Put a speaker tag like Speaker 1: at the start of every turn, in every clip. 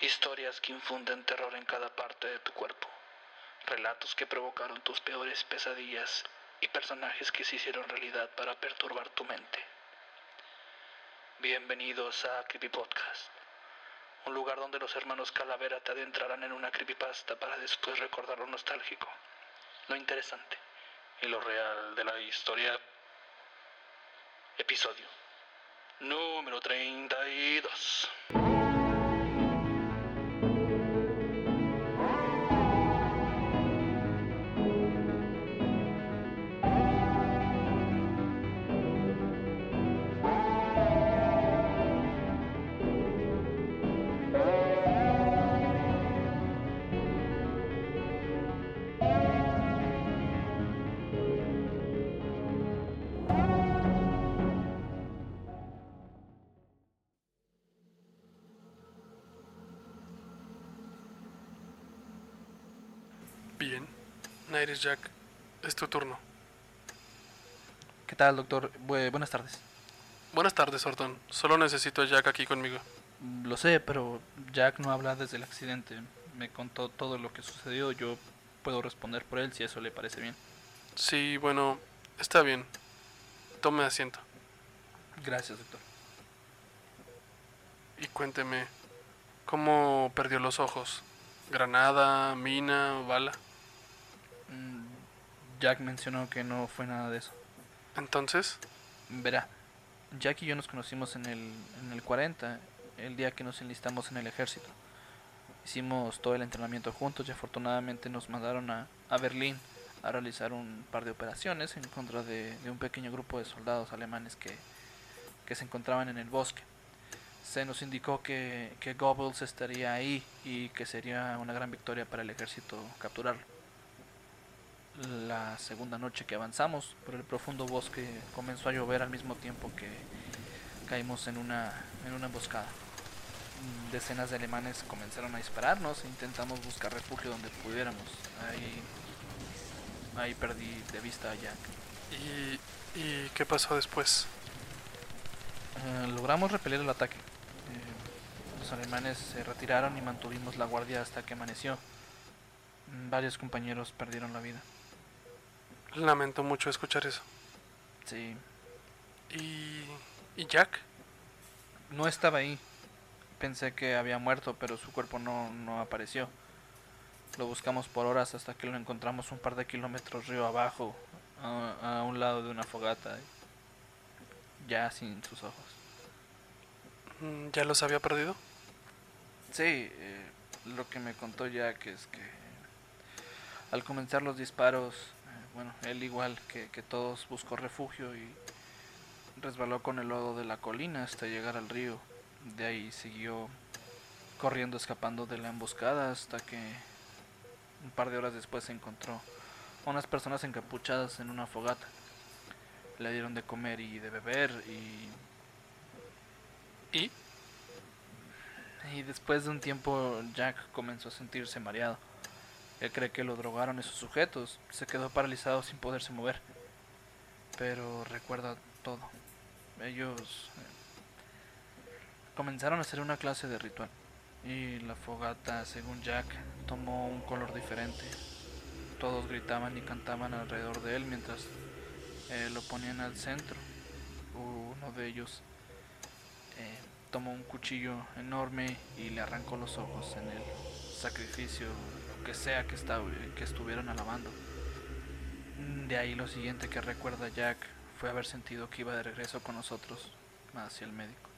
Speaker 1: Historias que infunden terror en cada parte de tu cuerpo. Relatos que provocaron tus peores pesadillas y personajes que se hicieron realidad para perturbar tu mente. Bienvenidos a Creepy Podcast, un lugar donde los hermanos Calavera te adentrarán en una creepypasta para después recordar lo nostálgico, lo interesante y lo real de la historia. Episodio número 32.
Speaker 2: Bien. Nairis Jack, es tu turno.
Speaker 3: ¿Qué tal, doctor? Bu- buenas tardes.
Speaker 2: Buenas tardes, Orton. Solo necesito a Jack aquí conmigo.
Speaker 3: Mm, Lo sé, pero Jack no habla desde el accidente. Me contó todo lo que sucedió. Yo puedo responder por él si eso le parece bien.
Speaker 2: Sí, bueno, está bien. Tome asiento
Speaker 3: Gracias, doctor.
Speaker 2: y cuénteme cómo perdió los ojos. Granada, mina, bala.
Speaker 3: Mm, Jack mencionó que no fue nada de eso.
Speaker 2: Entonces,
Speaker 3: Verá, Jack y yo nos conocimos en el, en el 40, el día que nos enlistamos en el ejército. Hicimos todo el entrenamiento juntos y afortunadamente nos mandaron a, a Berlín a realizar un par de operaciones en contra de, de un pequeño grupo de soldados alemanes que, que se encontraban en el bosque. Se nos indicó que, que Goebbels estaría ahí y que sería una gran victoria para el ejército capturarlo. La segunda noche que avanzamos por el profundo bosque comenzó a llover al mismo tiempo que caímos en una, en una emboscada. Mm, Decenas de alemanes comenzaron a dispararnos e intentamos buscar refugio donde pudiéramos. Ahí, ahí perdí de vista a Jack.
Speaker 2: ¿y, y qué pasó después?
Speaker 3: Eh, logramos repeler el ataque. Eh, los alemanes se retiraron y mantuvimos la guardia hasta que amaneció. Mm, Varios compañeros perdieron la vida.
Speaker 2: Lamento mucho escuchar eso.
Speaker 3: Sí,
Speaker 2: ¿Y, y Jack?
Speaker 3: No estaba ahí. Pensé que había muerto, pero su cuerpo no, no apareció. Lo buscamos por horas hasta que lo encontramos un par de kilómetros río abajo, a, a un lado de una fogata, ya sin sus ojos.
Speaker 2: Mm, ¿Ya los había perdido?
Speaker 3: Sí, eh, lo que me contó Jack es que al comenzar los disparos, eh, bueno, él igual que, que todos buscó refugio y resbaló con el lodo de la colina hasta llegar al río. De ahí siguió corriendo, escapando de la emboscada hasta que un par de horas después se encontró a unas personas encapuchadas en una fogata. Le dieron de comer y de beber y
Speaker 2: ¿Y?
Speaker 3: Y después de un tiempo Jack comenzó a sentirse mareado. Él cree que lo drogaron esos sujetos. Se quedó paralizado sin poderse mover. Pero recuerda todo. Ellos eh, comenzaron a hacer una clase de ritual. Y la fogata, según Jack, tomó un color diferente. Todos gritaban y cantaban alrededor de él mientras eh, lo ponían al centro. Uno de ellos eh, tomó un cuchillo enorme y le arrancó los ojos en el sacrificio, lo que sea que, esta- que estuvieron alabando. Mm, De ahí lo siguiente que recuerda Jack fue haber sentido que iba de regreso con nosotros hacia el médico.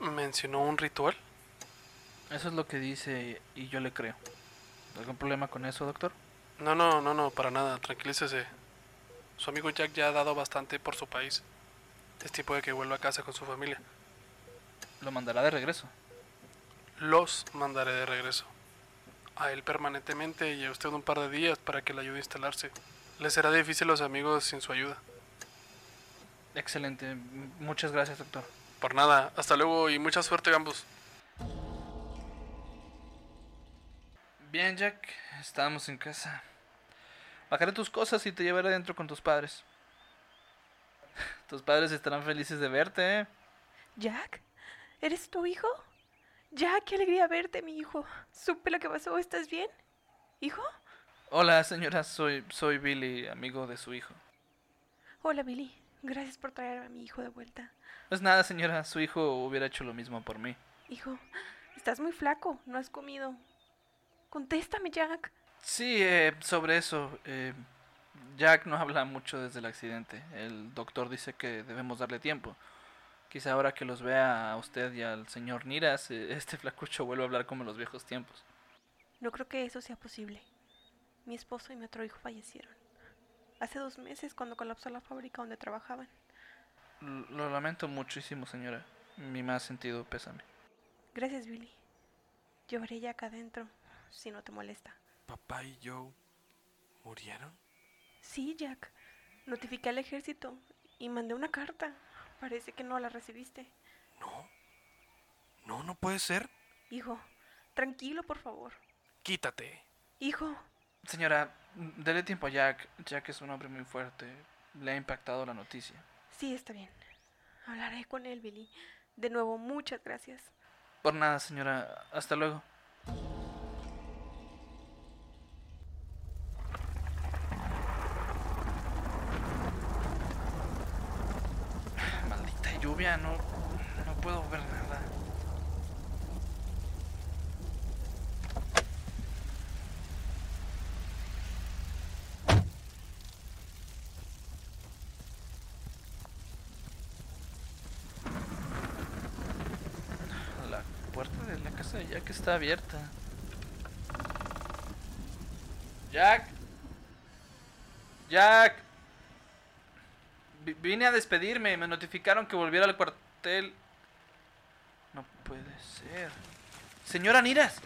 Speaker 2: ¿Mencionó un ritual?
Speaker 3: Eso es lo que dice y yo le creo. ¿Algún problema con eso, doctor?
Speaker 2: No, no, no, no, para nada, tranquilícese. Su amigo Jack ya ha dado bastante por su país. Es tiempo de que vuelva a casa con su familia.
Speaker 3: Lo mandará de regreso.
Speaker 2: Los mandaré de regreso. A él permanentemente y a usted un par de días para que le ayude a instalarse. Le será difícil los amigos sin su ayuda.
Speaker 3: Excelente. M- Muchas gracias, doctor.
Speaker 2: Por nada, hasta luego y mucha suerte, Gambus.
Speaker 3: Bien, Jack. Estábamos en casa. Bajaré tus cosas y te llevaré adentro con tus padres. Tus padres estarán felices de verte, ¿eh?
Speaker 4: ¿Jack? ¿Eres tu hijo? Jack, qué alegría verte, mi hijo. Supe lo que pasó. ¿Estás bien? ¿Hijo?
Speaker 3: Hola, señora, soy, soy Billy, amigo de su hijo.
Speaker 4: Hola, Billy. Gracias por traerme a mi hijo de vuelta.
Speaker 3: Pues nada, señora, su hijo hubiera hecho lo mismo por mí.
Speaker 4: Hijo, estás muy flaco. No has comido. Contéstame, Jack.
Speaker 3: Sí, eh, sobre eso, eh, Jack no habla mucho desde el accidente. El doctor dice que debemos darle tiempo. Quizá ahora que los vea a usted y al señor Niras, eh, este flacucho vuelve a hablar como en los viejos tiempos.
Speaker 4: No creo que eso sea posible. Mi esposo y mi otro hijo fallecieron. Hace dos meses cuando colapsó la fábrica donde trabajaban.
Speaker 3: L- lo lamento muchísimo, señora. Mi más sentido pésame.
Speaker 4: Gracias, Billy. Lloraré ya acá adentro, si no te molesta.
Speaker 5: ¿Papá y Joe murieron?
Speaker 4: Sí, Jack. Notifiqué al ejército y mandé una carta. Parece que no la recibiste.
Speaker 5: No. No, no puede ser.
Speaker 4: Hijo, tranquilo, por favor.
Speaker 5: Quítate.
Speaker 4: Hijo,
Speaker 3: Señora, mm, dele tiempo a Jack. Jack es un hombre muy fuerte. Le ha impactado la noticia.
Speaker 4: sí, está bien. Hablaré con él, Billy. De nuevo, muchas gracias.
Speaker 3: Por nada, señora. Hasta luego. Maldita lluvia, no, no puedo ver nada. La puerta de la casa de Jack está abierta. Jack. Jack. Vi- vine a despedirme. Me notificaron que volviera al cuartel. No puede ser. Señora Niras.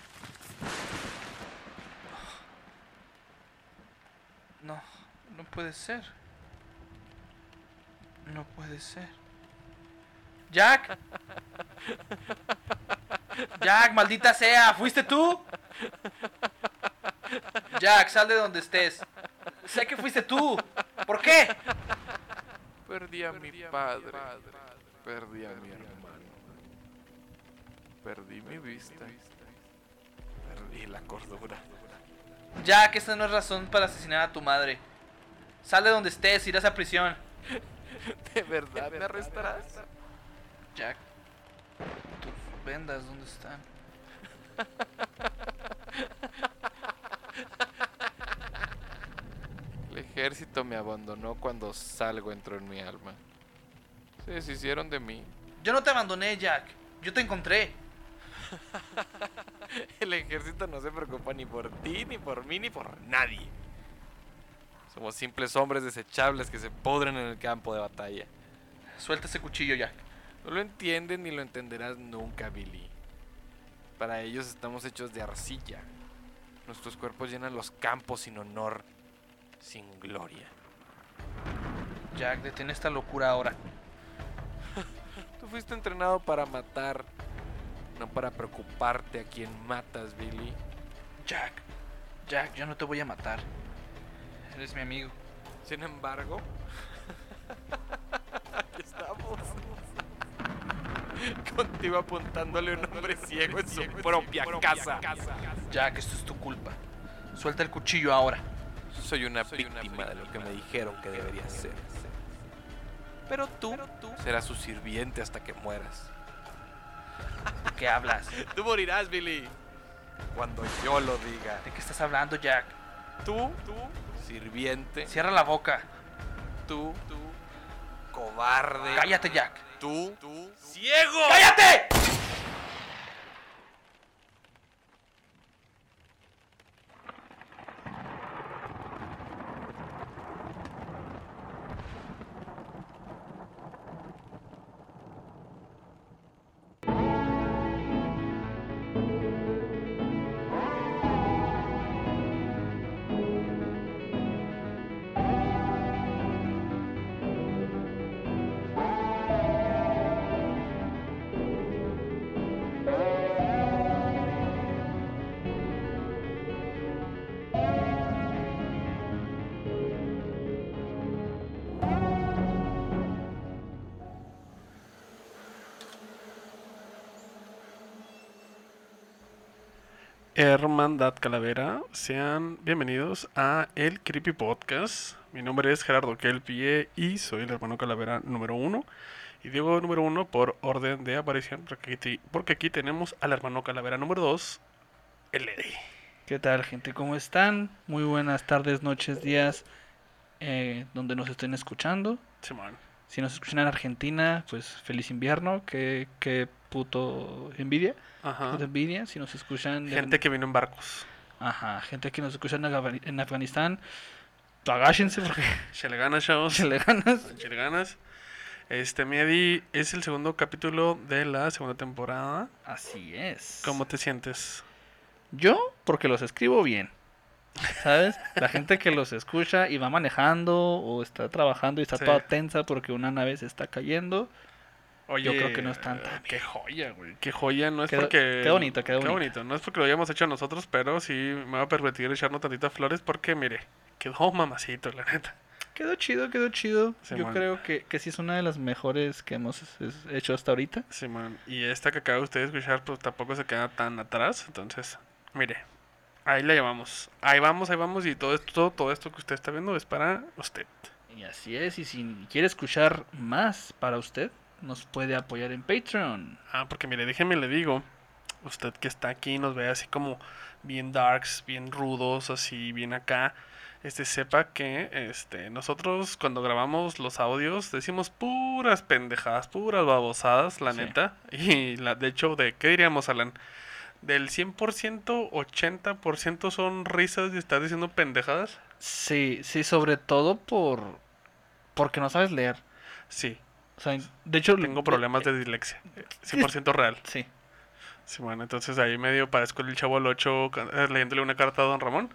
Speaker 3: Oh. No, no puede ser. No puede ser. Jack. Jack, maldita sea, ¿fuiste tú? Jack, sal de donde estés. Sé que fuiste tú. ¿Por qué?
Speaker 6: Perdí a mi padre, perdí a mi hermano, perdí mi vista,
Speaker 5: Perdí la cordura.
Speaker 3: Jack, esta no es razón para asesinar a tu madre. Sal de donde estés, irás a prisión.
Speaker 6: ¿de verdad me arrestarás?
Speaker 3: Jack, tus vendas, ¿dónde están?
Speaker 6: El ejército me abandonó cuando salgo entró en mi alma. Se deshicieron de mí.
Speaker 3: Yo no te abandoné, Jack. Yo te encontré.
Speaker 5: El ejército no se preocupa ni por ti, ni por mí, ni por nadie. Somos simples hombres desechables que se pudren en el campo de batalla.
Speaker 3: Suelta ese cuchillo, Jack.
Speaker 5: No lo entienden ni lo entenderás nunca, Billy. Para ellos estamos hechos de arcilla. Nuestros cuerpos llenan los campos sin honor, sin gloria.
Speaker 3: Jack, detén esta locura ahora.
Speaker 5: Tú fuiste entrenado para matar, no para preocuparte a quien matas, Billy.
Speaker 3: Jack, Jack, yo no te voy a matar. Eres mi amigo.
Speaker 5: Sin embargo, aquí estamos. Contigo apuntándole a un hombre ciego en su propia casa.
Speaker 3: Jack, esto es tu culpa. Suelta el cuchillo ahora.
Speaker 5: Soy una víctima de lo que me dijeron que debería ser. Pero tú serás su sirviente hasta que mueras.
Speaker 3: ¿De qué hablas?
Speaker 5: Tú morirás, Billy. Cuando yo lo diga.
Speaker 3: ¿De qué estás hablando, Jack?
Speaker 5: Tú, tú,
Speaker 2: Eh.
Speaker 5: sirviente.
Speaker 3: Cierra la boca.
Speaker 5: Tú, tú,
Speaker 2: Eh.
Speaker 5: cobarde.
Speaker 3: Cállate, Jack.
Speaker 5: Tú, tú, ciego.
Speaker 3: ¡Cállate!
Speaker 2: Hermandad Calavera, sean bienvenidos a el Creepy Podcast. Mi nombre es Gerardo Kelpie y soy el hermano Calavera número uno. Y digo número uno por orden de aparición, porque aquí, porque aquí tenemos al hermano Calavera número dos, el Eddie.
Speaker 1: ¿Qué tal, gente? ¿Cómo están? Muy buenas tardes, noches, días, eh, donde nos estén escuchando.
Speaker 2: Simón.
Speaker 1: Si nos escuchan en Argentina, pues feliz invierno, qué, qué puto envidia.
Speaker 2: Ajá.
Speaker 1: puto envidia. Si nos escuchan... de-
Speaker 2: Gente que vino en barcos.
Speaker 1: Ajá, gente que nos escucha en, Afga- en Afganistán, agáchense porque
Speaker 2: Se le gana, chavos.
Speaker 1: se le ganas.
Speaker 2: Échale ganas. Este, mi Eddie, es el segundo capítulo de la segunda temporada.
Speaker 1: Así es.
Speaker 2: ¿Cómo te sientes?
Speaker 1: Yo, porque los escribo bien. ¿Sabes? La gente que los escucha y va manejando o está trabajando y está
Speaker 2: Sí.
Speaker 1: toda tensa porque una nave se está cayendo.
Speaker 2: Oye,
Speaker 1: Yo creo que no es tanta,
Speaker 2: eh, Qué joya, güey. Qué joya, no es
Speaker 1: Quedó-
Speaker 2: porque.
Speaker 1: quedó bonito, quedó
Speaker 2: Qué
Speaker 1: bonito.
Speaker 2: bonito. No es porque lo hayamos hecho nosotros, pero sí me va a permitir echarnos tantitas flores porque, mire, quedó mamacito, la neta.
Speaker 1: Quedó chido, quedó chido. Yo
Speaker 2: Simón.
Speaker 1: creo que, que sí es una de las mejores que hemos es- hecho hasta ahorita.
Speaker 2: Simón. Y esta que acaba usted de escuchar, pues tampoco se queda tan atrás. Entonces, mire, ahí la llevamos. Ahí vamos, ahí vamos. Y todo esto, todo esto que usted está viendo es para usted.
Speaker 1: Y así es, y si quiere escuchar más para usted, nos puede apoyar en Patreon.
Speaker 2: Ah, porque mire, déjeme le digo, usted que está aquí y nos ve así como bien darks, bien rudos, así bien acá, este sepa que este nosotros cuando grabamos los audios decimos puras pendejadas, puras babosadas, la
Speaker 1: Sí.
Speaker 2: neta, y la de hecho de qué diríamos, Alan? Del 100%, 80% son risas y estás diciendo pendejadas?
Speaker 1: Sí, sí, sobre todo por porque no sabes leer.
Speaker 2: Sí,
Speaker 1: O sea, de hecho
Speaker 2: tengo problemas de dislexia. eh, 100% real.
Speaker 1: Sí.
Speaker 2: Sí, bueno, entonces ahí medio parezco el chavo al 8 eh, leyéndole una carta a Don Ramón.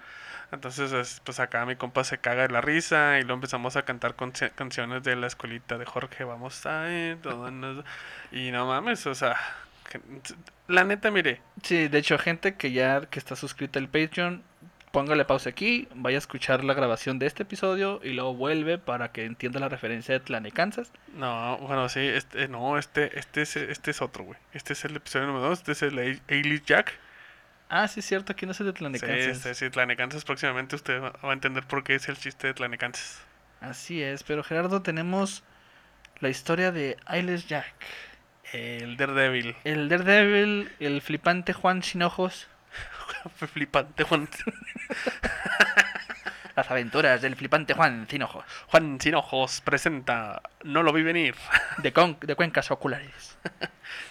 Speaker 2: Entonces, es- pues acá mi compa se caga de la risa y luego empezamos a cantar conci- canciones de la escuelita de Jorge, vamos a ir, todos nos- Y no mames, o sea, que- la neta, mire,
Speaker 1: Sí, de hecho, gente que ya que está suscrita al Patreon, póngale pausa aquí, vaya a escuchar la grabación de este episodio y luego vuelve para que entienda la referencia de Tlanecansas.
Speaker 2: no, bueno, sí, este, no, este, este, es, este es otro, güey. Este es el episodio número 2, este es el A- Alice Jack.
Speaker 1: Ah, sí es cierto, aquí no es el de
Speaker 2: Sí,
Speaker 1: Tlanecansas.
Speaker 2: este, sí, Tlanecansas, próximamente usted va va a entender por qué es el chiste de Tlanecansas.
Speaker 1: Así es, pero Gerardo, tenemos la historia de Ailes Jack, Eh,
Speaker 2: El Daredevil.
Speaker 1: el Daredevil, el flipante Juan sin ojos,
Speaker 2: Flipante, Juan.
Speaker 1: las aventuras del flipante Juan sin ojos,
Speaker 2: Juan Sin Ojos presenta No lo vi venir.
Speaker 1: de, con- de cuencas oculares,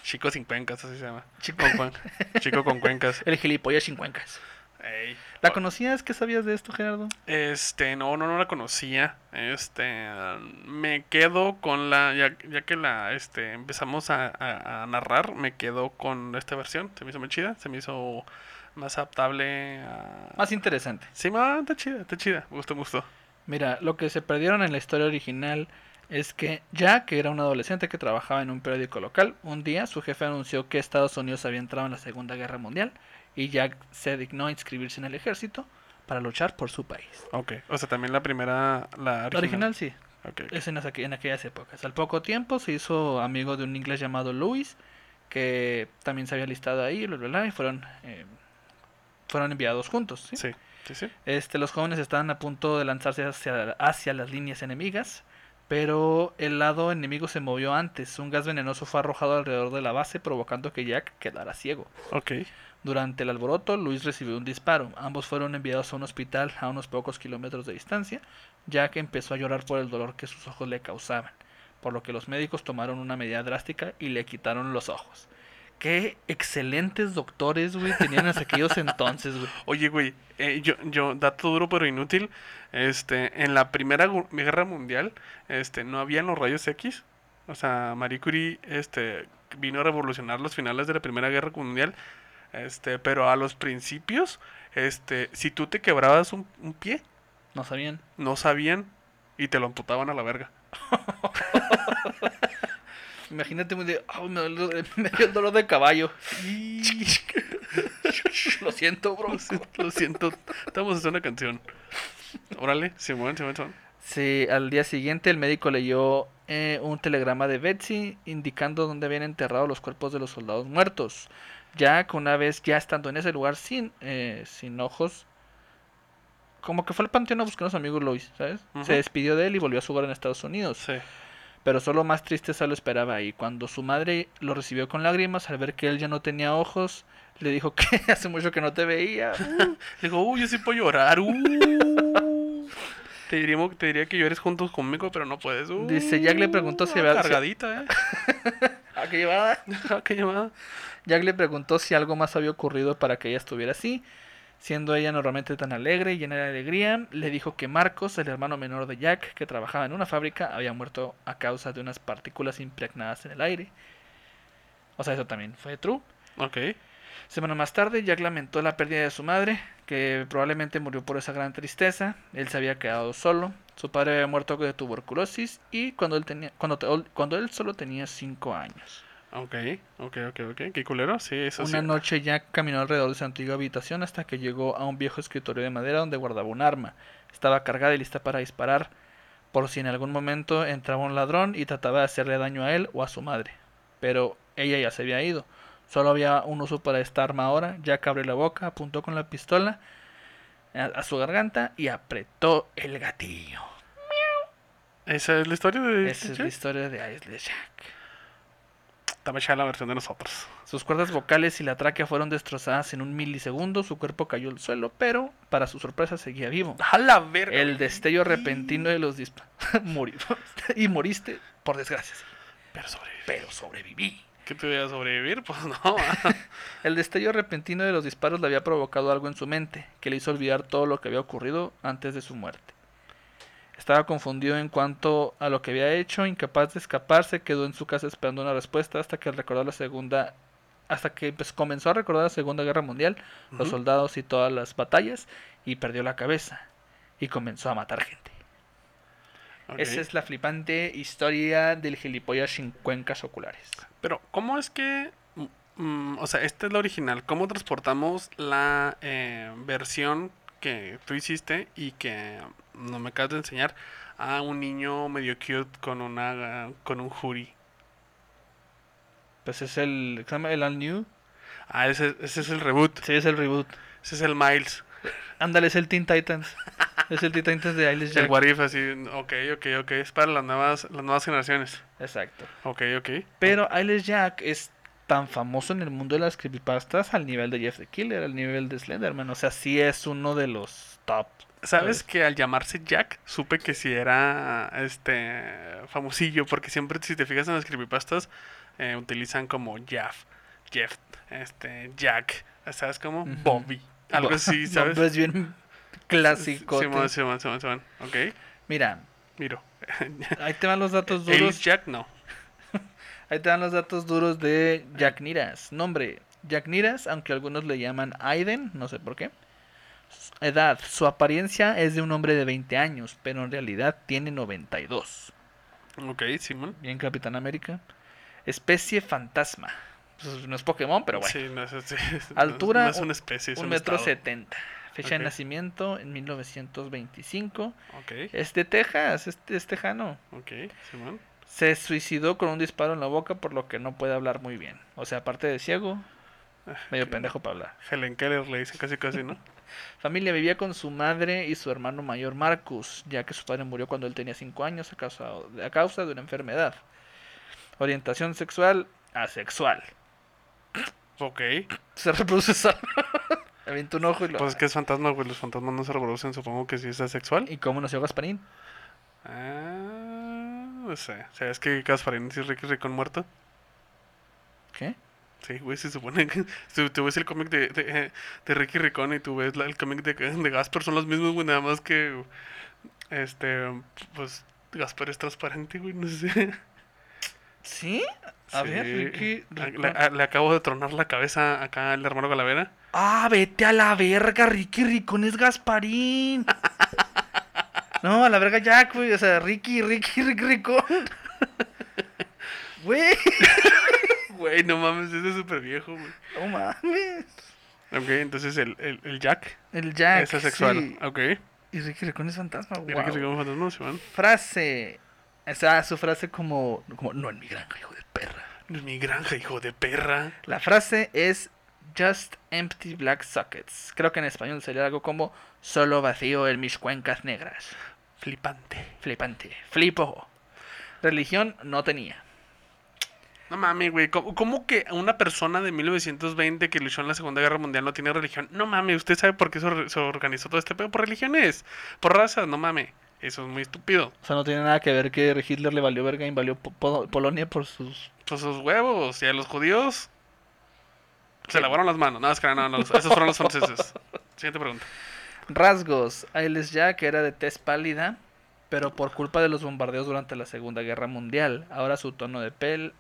Speaker 2: Chico sin cuencas, así se llama.
Speaker 1: Chico-
Speaker 2: Con cuen- Chico con cuencas.
Speaker 1: el gilipollas sin cuencas.
Speaker 2: Ey.
Speaker 1: ¿La conocías? ¿Qué sabías de esto, Gerardo?
Speaker 2: Este, no, no, no la conocía. Este, me quedo con la. Ya, ya que la este, empezamos a, a- a narrar, me quedo con esta versión. Se me hizo muy chida, se me hizo más adaptable a.
Speaker 1: Más interesante.
Speaker 2: Sí, ma, está chida, está chida. Me gustó, me gustó.
Speaker 1: Mira, lo que se perdieron en la historia original es que Jack, que era un adolescente que trabajaba en un periódico local, un día su jefe anunció que Estados Unidos había entrado en la Segunda Guerra Mundial y Jack se dignó a inscribirse en el ejército para luchar por su país.
Speaker 2: Ok. O sea, también la primera. La
Speaker 1: La
Speaker 2: original.
Speaker 1: original sí,
Speaker 2: Ok, ok.
Speaker 1: es en, las aqu- en aquellas épocas. Al poco tiempo se hizo amigo de un inglés llamado Louis, que también se había listado ahí, bla, bla, bla, y fueron, eh, fueron enviados juntos. ¿sí?
Speaker 2: Sí, sí, sí.
Speaker 1: Este, los jóvenes estaban a punto de lanzarse hacia, hacia las líneas enemigas, pero el lado enemigo se movió antes. Un gas venenoso fue arrojado alrededor de la base, provocando que Jack quedara ciego.
Speaker 2: Ok.
Speaker 1: Durante el alboroto, Luis recibió un disparo. Ambos fueron enviados a un hospital a unos pocos kilómetros de distancia. Jack empezó a llorar por el dolor que sus ojos le causaban, por lo que los médicos tomaron una medida drástica y le quitaron los ojos. Qué excelentes doctores, güey, tenían hasta aquellos entonces, güey.
Speaker 2: Oye, güey, eh, yo, yo, dato duro pero inútil, este, en la Primera Gu- Guerra Mundial, este, no habían los rayos X, o sea, Marie Curie, este, vino a revolucionar los finales de la Primera Guerra Mundial, este, pero a los principios, este, si tú te quebrabas un, un pie,
Speaker 1: No sabían.
Speaker 2: no sabían y te lo amputaban a la verga.
Speaker 1: Imagínate, muy de, "Au, me, duele- me dio el dolor de caballo. Lo siento, bro.
Speaker 2: Lo siento, lo siento, estamos haciendo una canción. Órale, Simón, Simón, Simón.
Speaker 1: Sí, al día siguiente el médico leyó eh, un telegrama de Betsy indicando dónde habían enterrado los cuerpos de los soldados muertos.
Speaker 3: Jack, una vez ya estando en ese lugar sin, eh, sin ojos, como que fue al panteón a buscar a su amigo Lois, ¿sabes?
Speaker 7: Ujú.
Speaker 3: Se despidió de él y volvió a su hogar en Estados Unidos.
Speaker 7: Sí.
Speaker 3: Pero solo más tristeza lo esperaba y cuando su madre lo recibió con lágrimas al ver que él ya no tenía ojos, le dijo que hace mucho que no te veía.
Speaker 7: Le digo, uy, yo sí puedo llorar. uh". te, diríamos, te diría que llores juntos conmigo, pero no puedes. uh.
Speaker 3: Dice, Jack le preguntó si
Speaker 7: Ah,
Speaker 3: había-
Speaker 7: Cargadita, ¿eh?
Speaker 3: ¿A qué llevaba?
Speaker 7: Ah, qué llamada.
Speaker 3: Jack le preguntó si algo más había ocurrido para que ella estuviera así. Siendo ella normalmente tan alegre y llena de alegría, le dijo que Marcos, el hermano menor de Jack, que trabajaba en una fábrica, había muerto a causa de unas partículas impregnadas en el aire. O sea, eso también fue true.
Speaker 7: Ok.
Speaker 3: Semana más tarde, Jack lamentó la pérdida de su madre, que probablemente murió por esa gran tristeza. Él se había quedado solo. Su padre había muerto de tuberculosis y cuando él, tenía, cuando, te- cuando él solo tenía 5 años.
Speaker 7: Ok, ok, ok, ok. Qué culero. Sí, eso
Speaker 3: Una
Speaker 7: sí.
Speaker 3: noche Jack caminó alrededor de su antigua habitación hasta que llegó a un viejo escritorio de madera donde guardaba un arma. Estaba cargada y lista para disparar, por si en algún momento entraba un ladrón y trataba de hacerle daño a él o a su madre. Pero ella ya se había ido. Solo había un uso para esta arma ahora. Jack abrió la boca, apuntó con la pistola a, a su garganta y apretó el gatillo.
Speaker 7: Esa es la historia de.
Speaker 3: Esa es la historia de Isle Jack.
Speaker 7: Está más chida la versión de nosotros.
Speaker 3: Sus cuerdas vocales y la tráquea fueron destrozadas en un milisegundo, su cuerpo cayó al suelo, pero para su sorpresa seguía vivo.
Speaker 7: A la verga.
Speaker 3: El destello repentino de los disparos. Morí. y moriste, por desgracia, sí,
Speaker 7: Pero sobrevivir.
Speaker 3: pero sobreviví.
Speaker 7: ¿Qué te voy a sobrevivir? Pues no.
Speaker 3: El destello repentino de los disparos le había provocado algo en su mente, que le hizo olvidar todo lo que había ocurrido antes de su muerte. Estaba confundido en cuanto a lo que había hecho, incapaz de escaparse, quedó en su casa esperando una respuesta hasta que recordó la segunda hasta que pues, comenzó a recordar la Segunda Guerra Mundial, los
Speaker 7: Ujú.
Speaker 3: soldados y todas las batallas y perdió la cabeza y comenzó a matar gente.
Speaker 7: Ok.
Speaker 3: Esa es la flipante historia del gilipollas sin cuencas oculares.
Speaker 7: Pero, ¿cómo es que.? mm, mm, o sea, esta es la original. ¿Cómo transportamos la eh, versión que tú hiciste y que mm, no me acabas de enseñar a un niño medio cute con una con un hoodie?
Speaker 3: Pues es el examen el All New,
Speaker 7: Ah, ese, ese es el reboot.
Speaker 3: sí es el reboot.
Speaker 7: Ese es el Miles.
Speaker 3: Ándale, es el Teen Titans. es el Teen Titans de Ailes
Speaker 7: El
Speaker 3: Jack.
Speaker 7: Warif, así. Ok, ok, ok. Es para las nuevas, las nuevas generaciones.
Speaker 3: Exacto.
Speaker 7: Ok, ok.
Speaker 3: Pero Ailes Jack es tan famoso en el mundo de las creepypastas al nivel de Jeff the Killer, al nivel de Slenderman. O sea, sí es uno de los top. Pues-
Speaker 7: ¿Sabes que al llamarse Jack supe que si era este famosillo? Porque siempre, si te fijas en las creepypastas, eh, utilizan como Jeff, Jeff, este, Jack, ¿sabes cómo?
Speaker 3: Ujú.
Speaker 7: Bobby. Algo así, ¿sabes?
Speaker 3: Nombre es bien clásico.
Speaker 7: Simón, Simón, Simón, Simón. Ok,
Speaker 3: Mira,
Speaker 7: miro.
Speaker 3: ahí te van los datos
Speaker 7: Él es
Speaker 3: duros.
Speaker 7: Jack, no.
Speaker 3: Ahí te dan los datos duros de Jack Niras. Nombre, Jack Niras, aunque algunos le llaman Aiden, no sé por qué. S- Edad, su apariencia es de un hombre de 20 años, pero en realidad tiene 92.
Speaker 7: Ok, Simón.
Speaker 3: Bien, Capitán América. Especie fantasma. Pues, no es Pokémon, pero bueno.
Speaker 7: Sí, no es, sí, es-
Speaker 3: Altura,
Speaker 7: no es
Speaker 3: un-
Speaker 7: una especie, es
Speaker 3: un
Speaker 7: un
Speaker 3: metro
Speaker 7: estado.
Speaker 3: setenta. Fecha de
Speaker 7: Ok.
Speaker 3: nacimiento en 1925.
Speaker 7: Ok,
Speaker 3: Es de Texas, es, es tejano.
Speaker 7: ok, Simón.
Speaker 3: Se suicidó con un disparo en la boca, por lo que no puede hablar muy bien. O sea, aparte de ciego, medio
Speaker 7: qué-
Speaker 3: pendejo para hablar.
Speaker 7: Helen Keller le dicen casi casi, ¿no?
Speaker 3: Familia vivía con su madre y su hermano mayor Marcus, ya que su padre murió cuando él tenía 5 años a causa, a causa de una enfermedad. Orientación sexual, asexual.
Speaker 7: Ok.
Speaker 3: se reproduce solo. Avienta un ojo y lo.
Speaker 7: Pues es que es fantasma, güey. Los fantasmas no se reproducen, supongo que sí es asexual.
Speaker 3: ¿Y cómo nació Gasparín?
Speaker 7: Ah, no sé. ¿Sabes que Gasparín sí es Ricky Ricón muerto?
Speaker 3: ¿Qué?
Speaker 7: Sí, güey, se supone que. Si tú ves el cómic de, de, eh, de Ricky Ricón y tú ves la- el cómic de, de Gaspar, son los mismos, güey, nada más que. Este. Pues Gaspar es transparente, güey, no sé.
Speaker 3: ¿Sí? A ver,
Speaker 7: Sí.
Speaker 3: Ricky
Speaker 7: A-
Speaker 3: Ricón.
Speaker 7: Le, a- le acabo de tronar la cabeza acá al hermano Calavera.
Speaker 3: ¡Ah, vete a la verga! Ricky Ricón es Gasparín. No, a la verga Jack, güey. O sea, Ricky, Ricky, Ricky Ricón. Güey,
Speaker 7: Güey, no mames, ese es súper viejo, güey.
Speaker 3: no mames.
Speaker 7: Ok, entonces el, el, el Jack
Speaker 3: El Jack.
Speaker 7: es asexual.
Speaker 3: sí.
Speaker 7: Ok.
Speaker 3: Y Ricky Ricón es fantasma,
Speaker 7: Y
Speaker 3: güey.
Speaker 7: Ricky Ricón es fantasma, Simón.
Speaker 3: Frase. O sea, su frase como, como. No en mi granja, hijo de perra.
Speaker 7: Mi granja, hijo de perra.
Speaker 3: La frase es Just Empty Black Sockets. Creo que en español sería algo como Solo vacío en mis cuencas negras.
Speaker 7: Flipante.
Speaker 3: Flipante. Flipo. Religión no tenía.
Speaker 7: No mames, güey. ¿Cómo, cómo que una persona de 1920 que luchó en la Segunda Guerra Mundial no tiene religión? No mames, ¿usted sabe por qué se, or- se organizó todo este pedo? Por religiones, por razas, no mames. Eso es muy estúpido.
Speaker 3: O sea, no tiene nada que ver que Hitler le valió verga y valió Polonia por sus...
Speaker 7: Pues sus huevos. Y a los judíos se lavaron las manos. No, es que no, no, no, esos fueron los franceses. Siguiente pregunta.
Speaker 3: Rasgos. Ailes Jack era de tez pálida, pero por culpa de los bombardeos durante la Segunda Guerra Mundial. Ahora su tono de piel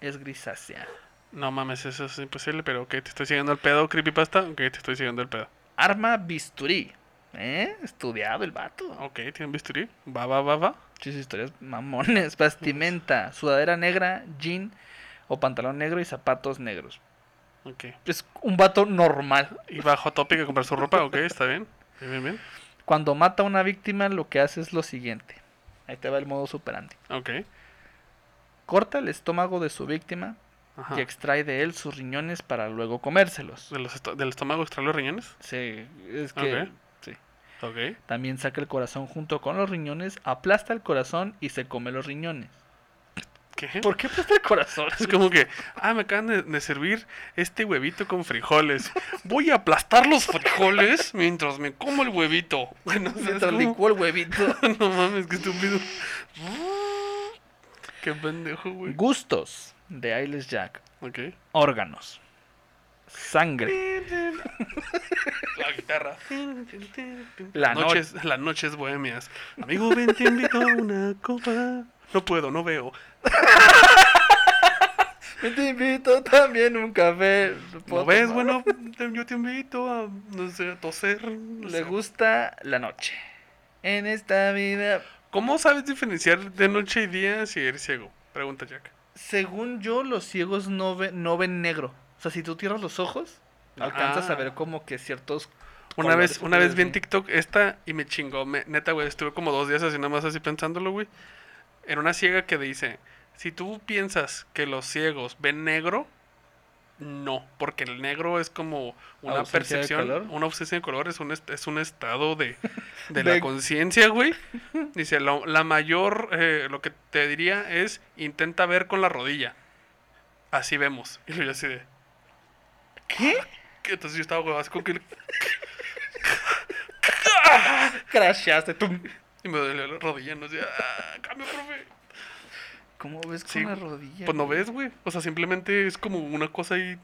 Speaker 3: es grisácea.
Speaker 7: No mames, eso es imposible, pero ok, te estoy siguiendo el pedo, creepypasta. Ok, te estoy siguiendo el pedo.
Speaker 3: Arma bisturí. ¿Eh? Estudiado el vato.
Speaker 7: Ok, tienen bisturí. Va, va, va, va.
Speaker 3: Muchas historias mamones. Bastimenta. Sudadera negra, jean o pantalón negro y zapatos negros.
Speaker 7: Ok.
Speaker 3: Es un vato normal.
Speaker 7: Y bajo topic a comprar su ropa. Ok, está bien. Bien, bien, bien.
Speaker 3: Cuando mata a una víctima, lo que hace es lo siguiente. Ahí te va el modo superante.
Speaker 7: Ok.
Speaker 3: Corta el estómago de su víctima
Speaker 7: Ajá.
Speaker 3: y extrae de él sus riñones para luego comérselos.
Speaker 7: ¿De los esto- ¿Del estómago extrae los riñones?
Speaker 3: Sí, es que
Speaker 7: Ok.
Speaker 3: sí.
Speaker 7: Ok.
Speaker 3: También saca el corazón junto con los riñones, aplasta el corazón y se come los riñones.
Speaker 7: ¿Qué?
Speaker 3: ¿Por qué aplasta el corazón?
Speaker 7: Es como que, ah, me acaban de, de servir este huevito con frijoles. Voy a aplastar los frijoles mientras me como el huevito. Bueno, o sea, es
Speaker 3: Mientras
Speaker 7: como-
Speaker 3: licuó el huevito.
Speaker 7: no mames, qué estúpido. qué pendejo, güey.
Speaker 3: Gustos de Ailes Jack.
Speaker 7: Ok.
Speaker 3: Órganos. Sangre.
Speaker 7: La guitarra.
Speaker 3: La no-
Speaker 7: noches, las noches bohemias. Amigo, ven, te invito a una copa. No puedo, no veo.
Speaker 3: Te invito también un café.
Speaker 7: ¿No ves? Bueno, te- yo te invito a, no sé, a toser. no
Speaker 3: Le
Speaker 7: sé.
Speaker 3: gusta la noche. En esta vida,
Speaker 7: ¿Cómo sabes diferenciar de noche y día si eres ciego? Pregunta Jack.
Speaker 3: según yo, los ciegos no, ve- no ven negro. O sea, si tú cierras los ojos, alcanzas
Speaker 7: Ah.
Speaker 3: a ver como que ciertos.
Speaker 7: Una
Speaker 3: colores
Speaker 7: vez, una vez vi en
Speaker 3: oscuros,
Speaker 7: TikTok esta y me chingó. me- neta, güey, estuve como dos días así nada más así pensándolo, güey. Era una ciega que dice, si tú piensas que los ciegos ven negro, no, porque el negro es como una
Speaker 3: Ausencia de
Speaker 7: percepción,
Speaker 3: color.
Speaker 7: una obsesión de color, es un, est- es un estado de, de
Speaker 3: De-
Speaker 7: la conciencia, güey. Dice, la, la mayor, eh, lo que te diría es, intenta ver con la rodilla. Así vemos. Y yo así de...
Speaker 3: ¿Qué?
Speaker 7: "¿Qué?". Entonces yo estaba, güey, así como que...
Speaker 3: Crashaste. tum.
Speaker 7: Y me dolió la rodilla, no sé, ah, cambio, profe.
Speaker 3: ¿Cómo ves con
Speaker 7: Sí,
Speaker 3: la rodilla?
Speaker 7: Pues no
Speaker 3: güey?
Speaker 7: ves, güey. O sea, simplemente es como una cosa y.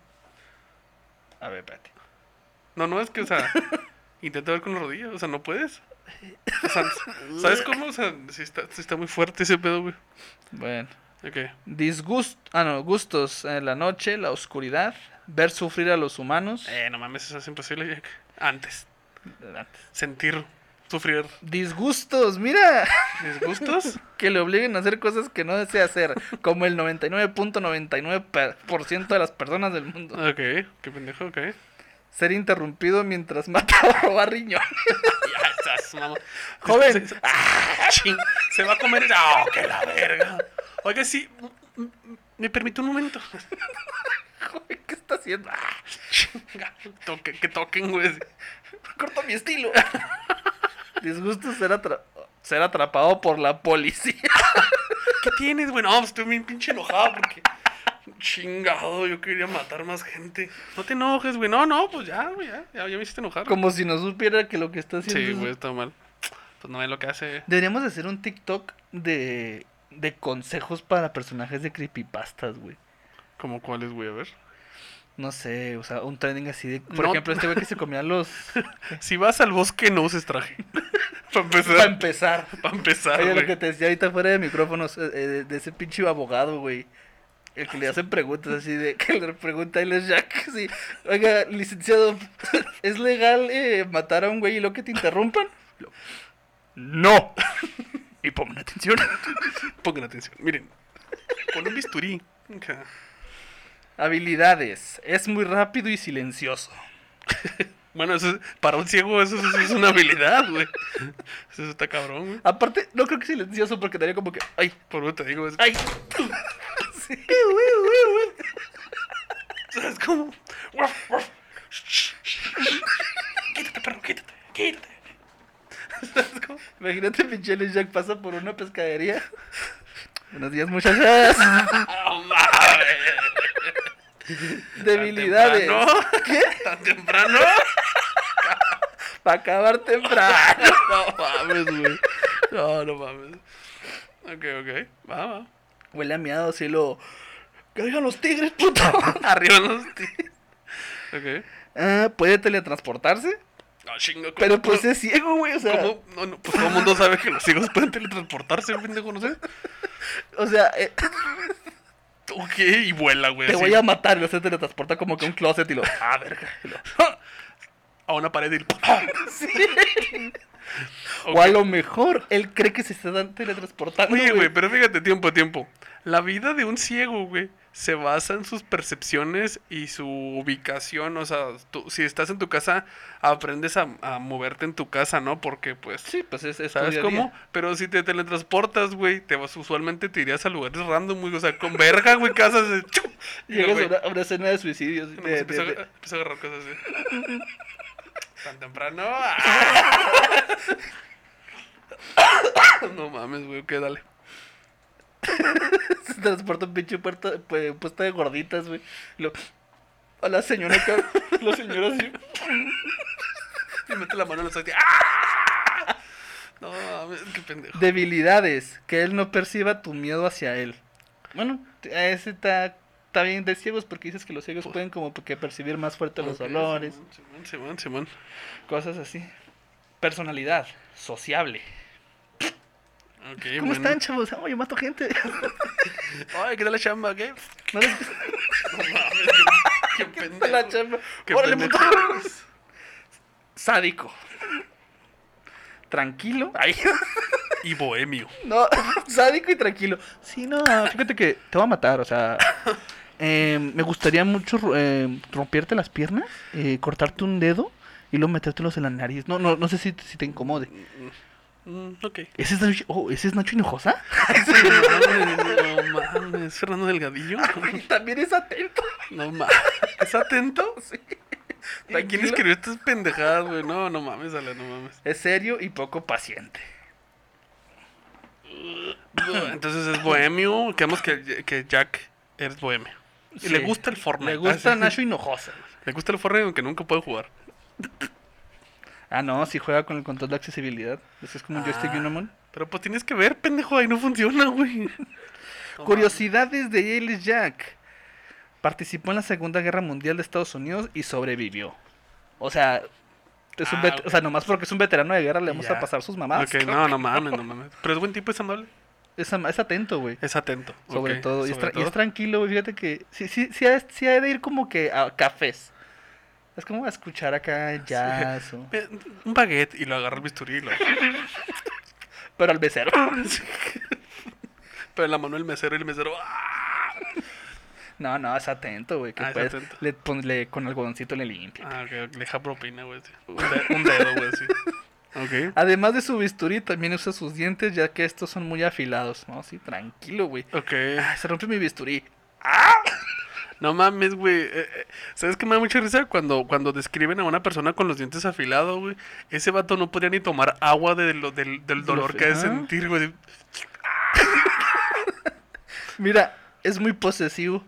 Speaker 3: A ver, espérate.
Speaker 7: No, no, es que, o sea, intenta ver con la rodilla, o sea, no puedes. O sea, ¿sabes cómo? O sea, sí está, sí está muy fuerte ese pedo, güey.
Speaker 3: Bueno.
Speaker 7: Ok.
Speaker 3: Disgust, ah, no, gustos. eh, la noche, la oscuridad, ver sufrir a los humanos.
Speaker 7: Eh, no mames, eso es imposible, Jack. Antes,
Speaker 3: Antes.
Speaker 7: sentir, sufrir
Speaker 3: Disgustos, mira.
Speaker 7: disgustos.
Speaker 3: que le obliguen a hacer cosas que no desea hacer, como el 99.99% per- por ciento de las personas del mundo.
Speaker 7: Ok, qué pendejo, ok.
Speaker 3: Ser interrumpido mientras mata o roba riñón.
Speaker 7: Ya estás, mamá.
Speaker 3: Joven.
Speaker 7: Se, ah, ching, se va a comer. ¡Ah, qué la verga! Oiga, sí, m- m- me permite un momento.
Speaker 3: Joder, ¿Qué está haciendo? Ah,
Speaker 7: Chinga, toque, que toquen, güey.
Speaker 3: corto mi estilo. Disgusto ser, atra- ser atrapado por la policía.
Speaker 7: ¿Qué tienes, güey? No, pues estoy bien pinche enojado porque. Chingado, yo quería matar más gente. No te enojes, güey. No, no, pues ya, güey, ya, ya, ya me hiciste enojar.
Speaker 3: Como si no supiera que lo que está haciendo.
Speaker 7: Sí,
Speaker 3: es-
Speaker 7: güey, está mal. Pues no es lo que hace.
Speaker 3: Deberíamos hacer un TikTok de, de consejos para personajes de creepypastas, güey.
Speaker 7: Como cuáles, güey, a ver.
Speaker 3: No sé, o sea, un trending así de. Por
Speaker 7: No.
Speaker 3: ejemplo, este güey que se comía los.
Speaker 7: Si vas al bosque, no uses traje. Para
Speaker 3: Para
Speaker 7: empezar.
Speaker 3: empezar.
Speaker 7: Para empezar,
Speaker 3: Oye, lo que
Speaker 7: güey.
Speaker 3: te decía ahorita fuera de micrófonos, eh, eh, de, de ese pinche abogado, güey. El que le hacen preguntas así de que le pregunta a él es Jack, así, oiga, licenciado, ¿es legal eh, matar a un güey y lo que te interrumpan? Lo- No. Y pongan atención.
Speaker 7: Pongan atención, miren. Con un bisturí. Ajá.
Speaker 3: Habilidades. Es muy rápido y silencioso.
Speaker 7: Bueno, eso es- para un ciego eso, es- eso es una habilidad, güey. Eso está cabrón, güey.
Speaker 3: Aparte, no creo que silencioso porque daría como que, ay,
Speaker 7: Por eso te digo, es,
Speaker 3: ay. Sí.
Speaker 7: ¿Sabes cómo? Guaf, guaf. quítate, perro, quítate, quítate. ¿Sabes cómo?
Speaker 3: Imagínate, pinche Alex Jack pasa por una pescadería. Buenos días, muchachas.
Speaker 7: Ah,
Speaker 3: Debilidades.
Speaker 7: ¿Tan temprano? ¿Tan temprano?
Speaker 3: Para acabar temprano.
Speaker 7: No mames, güey. No, no mames. Ok, ok. Va, va.
Speaker 3: Huele a miado, así lo. ¡Que oigan los tigres, puto!
Speaker 7: Arriba los tíos. Ok.
Speaker 3: Ah, puede teletransportarse.
Speaker 7: No, chingo,
Speaker 3: Pero
Speaker 7: ¿cómo-
Speaker 3: pues es ciego, güey. O sea,
Speaker 7: ¿Cómo? No, no, pues todo el mundo sabe que los ciegos pueden teletransportarse, pendejo, no sé.
Speaker 3: o sea eh,
Speaker 7: Ok, y vuela, güey.
Speaker 3: te
Speaker 7: así.
Speaker 3: voy a matar. Y lo se teletransporta como que a un closet y lo. ¡Ah, verga! y lo-
Speaker 7: A una pared y.
Speaker 3: Sí.
Speaker 7: Ok.
Speaker 3: O a lo mejor él cree que se está teletransportando.
Speaker 7: Oye, güey, pero fíjate, tiempo, tiempo. La vida de un ciego, güey, se basa en sus percepciones y su ubicación. O sea, tú- si estás en tu casa, aprendes a, a moverte en tu casa, ¿no? Porque, pues,
Speaker 3: Sí, pues es, es tu
Speaker 7: ¿sabes
Speaker 3: día a
Speaker 7: cómo?
Speaker 3: día.
Speaker 7: Pero si te teletransportas, güey, te vas, usualmente te irías a lugares random, güey. O sea, con verga, güey, casas. de- ¡Chu! Y,
Speaker 3: Llegas
Speaker 7: güey,
Speaker 3: a una, a una escena de suicidios. de-
Speaker 7: nomás
Speaker 3: de-
Speaker 7: empiezo a-
Speaker 3: de-
Speaker 7: empiezo a agarrar cosas así. Tan temprano. ¡Ah! no mames, güey, qué dale.
Speaker 3: se transporta un pinche puerta, pu- puesta de gorditas, güey. Y lo- A la señora acá, la señora así.
Speaker 7: Y mete la mano en los ojos y- ¡Ah! No mames, qué pendejo.
Speaker 3: Debilidades, que él no perciba tu miedo hacia él. Bueno, t- ese está, está bien de ciegos porque dices que los ciegos pueden como que percibir más fuerte los
Speaker 7: Ok,
Speaker 3: dolores,
Speaker 7: Simón, Simón, Simón.
Speaker 3: cosas así. Personalidad, sociable.
Speaker 7: Simón. Ok,
Speaker 3: ¿Cómo
Speaker 7: bueno.
Speaker 3: están, chavos? Ah, yo mato gente.
Speaker 7: Ay, ¿qué tal la chamba? ¿Qué?
Speaker 3: No les
Speaker 7: No mames, qué, qué pendejo.
Speaker 3: gusta la chamba.
Speaker 7: Qué
Speaker 3: Órale,
Speaker 7: pendejo.
Speaker 3: puto. Sádico. Tranquilo. Ay,
Speaker 7: Y bohemio.
Speaker 3: no, sádico y tranquilo. Sí, no, fíjate que te va a matar, o sea. eh, me gustaría mucho eh, romperte las piernas, eh, cortarte un dedo y luego metértelos en la nariz. No, no, no sé si, si te incomode.
Speaker 7: Mm, ok.
Speaker 3: ¿Ese es Nacho, oh, ¿ese es Nacho Hinojosa?
Speaker 7: No mames, no mames. Fernando Delgadillo.
Speaker 3: También es atento.
Speaker 7: No mames. ¿Es atento?
Speaker 3: Sí.
Speaker 7: ¿A quién
Speaker 3: Tranquilo.
Speaker 7: escribió estas pendejadas, güey? No, no mames, Ale, no mames.
Speaker 3: Es serio y poco paciente.
Speaker 7: Entonces es bohemio. Quedamos que, que Jack es bohemio. Y le
Speaker 3: Sí.
Speaker 7: gusta el Fortnite.
Speaker 3: Le gusta
Speaker 7: Ah, sí.
Speaker 3: Nacho Hinojosa.
Speaker 7: Le gusta el Fortnite aunque nunca puede jugar.
Speaker 3: Ah, no, si juega con el control de accesibilidad. Eso es como un joystick y una mano.
Speaker 7: Pero pues tienes que ver, pendejo, ahí no funciona, güey.
Speaker 3: Curiosidades de Ailes Jack. Participó en la Segunda Guerra Mundial de Estados Unidos y sobrevivió. O sea, es un
Speaker 7: Ah,
Speaker 3: vet-
Speaker 7: ok.
Speaker 3: o sea, nomás porque es un veterano de guerra le vamos
Speaker 7: Ya.
Speaker 3: a pasar sus mamadas.
Speaker 7: Ok, no, no mames, no mames. Pero es buen tipo, es amable.
Speaker 3: Es, am- es atento, güey.
Speaker 7: Es atento.
Speaker 3: Sobre
Speaker 7: ok,
Speaker 3: todo. Y es,
Speaker 7: sobre
Speaker 3: tra- y es
Speaker 7: todo.
Speaker 3: tranquilo, güey. Fíjate que sí, sí, sí, ha, sí ha de ir como que a cafés. Es como a escuchar acá jazz. o-
Speaker 7: Ve, Un baguette y lo agarra el bisturí y lo...
Speaker 3: Pero al becero.
Speaker 7: Pero la mano del mesero y el mesero... ¡Ah!
Speaker 3: No, no, es atento, güey. Que
Speaker 7: Ah, es
Speaker 3: puedes-
Speaker 7: atento.
Speaker 3: le pon- le- con algodoncito le limpia.
Speaker 7: Ah, ok, ok, le deja propina, güey. sí. Un, de- un dedo, güey, sí. Ok.
Speaker 3: Además de su bisturí, también usa sus dientes, ya que estos son muy afilados. No, sí, tranquilo, güey.
Speaker 7: Ok.
Speaker 3: Ah, se rompe mi bisturí.
Speaker 7: No mames, güey. Eh, eh, ¿Sabes qué me da mucha risa? Cuando, cuando describen a una persona con los dientes afilados, güey. Ese vato no podía ni tomar agua de lo- del, del dolor que ha de
Speaker 3: Ah.
Speaker 7: sentir, güey.
Speaker 3: Mira, es muy posesivo.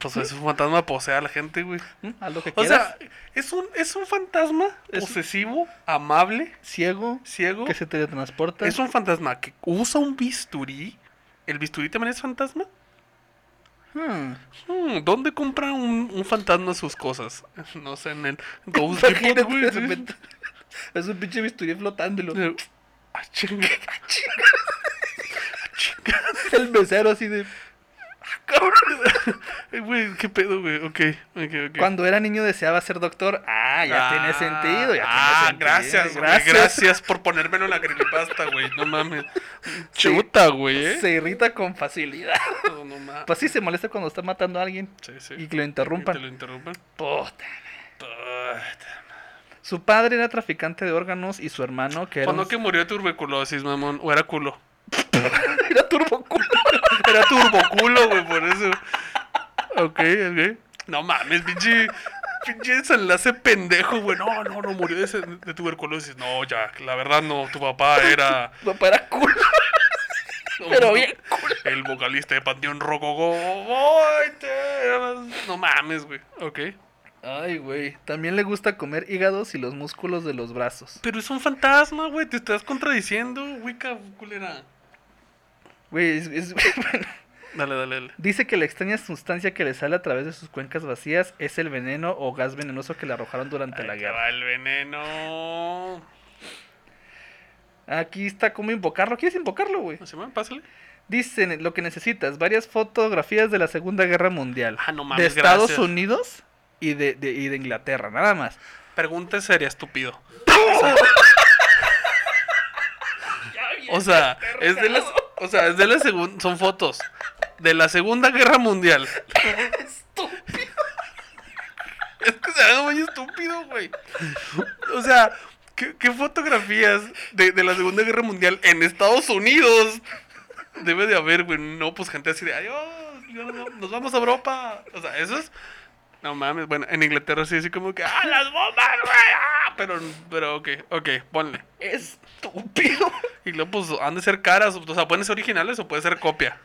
Speaker 7: Pues es un fantasma posee a la gente, güey.
Speaker 3: ¿Mm? Haz lo que
Speaker 7: O
Speaker 3: quieras.
Speaker 7: sea, es un, es un fantasma
Speaker 3: Es-
Speaker 7: posesivo, amable,
Speaker 3: ciego,
Speaker 7: ciego.
Speaker 3: que se teletransporta.
Speaker 7: Es un fantasma que usa un bisturí. ¿El bisturí también es fantasma?
Speaker 3: Hmm.
Speaker 7: Hmm, ¿Dónde compra un, un fantasma sus cosas? No sé, en el Ghost
Speaker 3: Imagínate,
Speaker 7: Depot, güey,
Speaker 3: de
Speaker 7: sí.
Speaker 3: repente, Es un pinche bisturí flotándolo.
Speaker 7: Ah, chinga.
Speaker 3: El mesero así de...
Speaker 7: Eh, Güey, qué pedo, güey. Ok, ok, ok.
Speaker 3: Cuando era niño deseaba ser doctor. Ah, ya tiene
Speaker 7: Ah,
Speaker 3: sentido. ya
Speaker 7: ah,
Speaker 3: tiene sentido.
Speaker 7: gracias, güey. Gracias. por ponérmelo en la creepypasta, güey. No mames. Chuta, güey. ¿eh?
Speaker 3: Se irrita con facilidad.
Speaker 7: No, no mames.
Speaker 3: Pues sí, se molesta cuando está matando a alguien.
Speaker 7: Sí, sí.
Speaker 3: Y que lo
Speaker 7: Que te
Speaker 3: interrumpan.
Speaker 7: lo interrumpan.
Speaker 3: Puta. Su padre era traficante de órganos y su hermano, que era,
Speaker 7: ¿Cuándo
Speaker 3: un-
Speaker 7: Pues que murió de tuberculosis, mamón? ¿O era culo?
Speaker 3: era turboculo.
Speaker 7: Era turboculo, güey, por eso. Ok, ok. No mames, pinche. Pinche desenlace pendejo, güey. No, no, no murió de, se- de tuberculosis. No, Jack, la verdad no. Tu papá era
Speaker 3: No, para culo. Pero bien
Speaker 7: el vocalista de Panteón Rococó. Ay, te amas. No mames, güey. Ok.
Speaker 3: Ay, güey. También le gusta comer hígados y los músculos de los brazos.
Speaker 7: Pero es un fantasma, güey. Te estás contradiciendo, Wicca, culera.
Speaker 3: Güey, es- es-
Speaker 7: Dale, dale, dale.
Speaker 3: dice que la extraña sustancia que le sale a través de sus cuencas vacías es el veneno o gas venenoso que le arrojaron durante la
Speaker 7: Ahí te
Speaker 3: guerra.
Speaker 7: va el veneno.
Speaker 3: Aquí está cómo invocarlo. ¿Quieres invocarlo, güey?
Speaker 7: ¿Se me pásale?
Speaker 3: Dicen lo que necesitas, varias fotografías de la Segunda Guerra Mundial.
Speaker 7: Ah, no
Speaker 3: de
Speaker 7: mames,
Speaker 3: Estados
Speaker 7: gracias.
Speaker 3: Unidos y de, de- y de Inglaterra, nada más.
Speaker 7: Pregunta seria, estúpido. O sea, es de las, o sea, es de la segunda, son fotos de la Segunda Guerra Mundial. Es que se haga muy estúpido, güey. O sea, ¿qué, qué fotografías de, de la Segunda Guerra Mundial en Estados Unidos debe de haber, güey? No, pues gente así de, adiós, ya nos va- nos vamos a Europa. O sea, eso es... No mames, bueno, en Inglaterra sí, así como que, ¡ah, las bombas, güey! ah", Pero, pero, ok, ok, ponle.
Speaker 3: Estúpido.
Speaker 7: Y luego, pues, han de ser caras. O sea, ¿pueden ser originales o puede ser copia?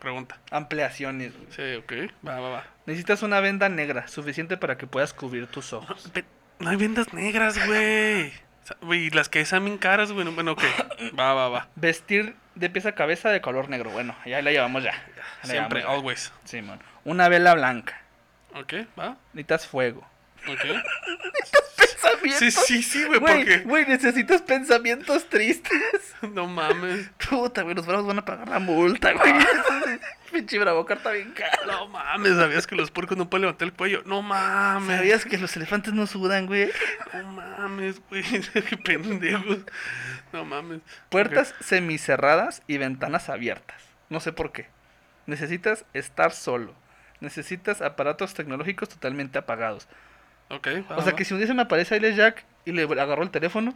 Speaker 7: Pregunta.
Speaker 3: Ampliaciones. güey.
Speaker 7: Sí, ok. Va, va, va.
Speaker 3: Necesitas una venda negra, suficiente para que puedas cubrir tus ojos.
Speaker 7: Ve- No hay vendas negras, güey. O sea, Güey, y las que están bien caras, güey. no- Bueno, ok. Va, va, va.
Speaker 3: Vestir de pies a cabeza de color negro. Bueno, ya la llevamos ya. Ya la
Speaker 7: Siempre,
Speaker 3: llevamos ya.
Speaker 7: always.
Speaker 3: Simón. Una vela blanca.
Speaker 7: Ok, va.
Speaker 3: Necesitas fuego.
Speaker 7: Ok. Sí,
Speaker 3: Pensamientos.
Speaker 7: sí, sí, güey,
Speaker 3: Güey,
Speaker 7: porque.
Speaker 3: güey, necesitas pensamientos tristes.
Speaker 7: No mames.
Speaker 3: Puta, güey, los bravos van a pagar la multa, güey. Pinche bravo carta bien cara.
Speaker 7: No mames, sabías que los puercos no pueden levantar el cuello. No mames.
Speaker 3: ¿Sabías que los elefantes no sudan, güey?
Speaker 7: No mames, güey. Qué pendejos. No mames.
Speaker 3: Puertas semicerradas y ventanas abiertas. No sé por qué. Necesitas estar solo. Necesitas aparatos tecnológicos totalmente apagados.
Speaker 7: Ok, va,
Speaker 3: o sea
Speaker 7: va.
Speaker 3: que si un día se me aparece Ailes Jack y le agarró el teléfono,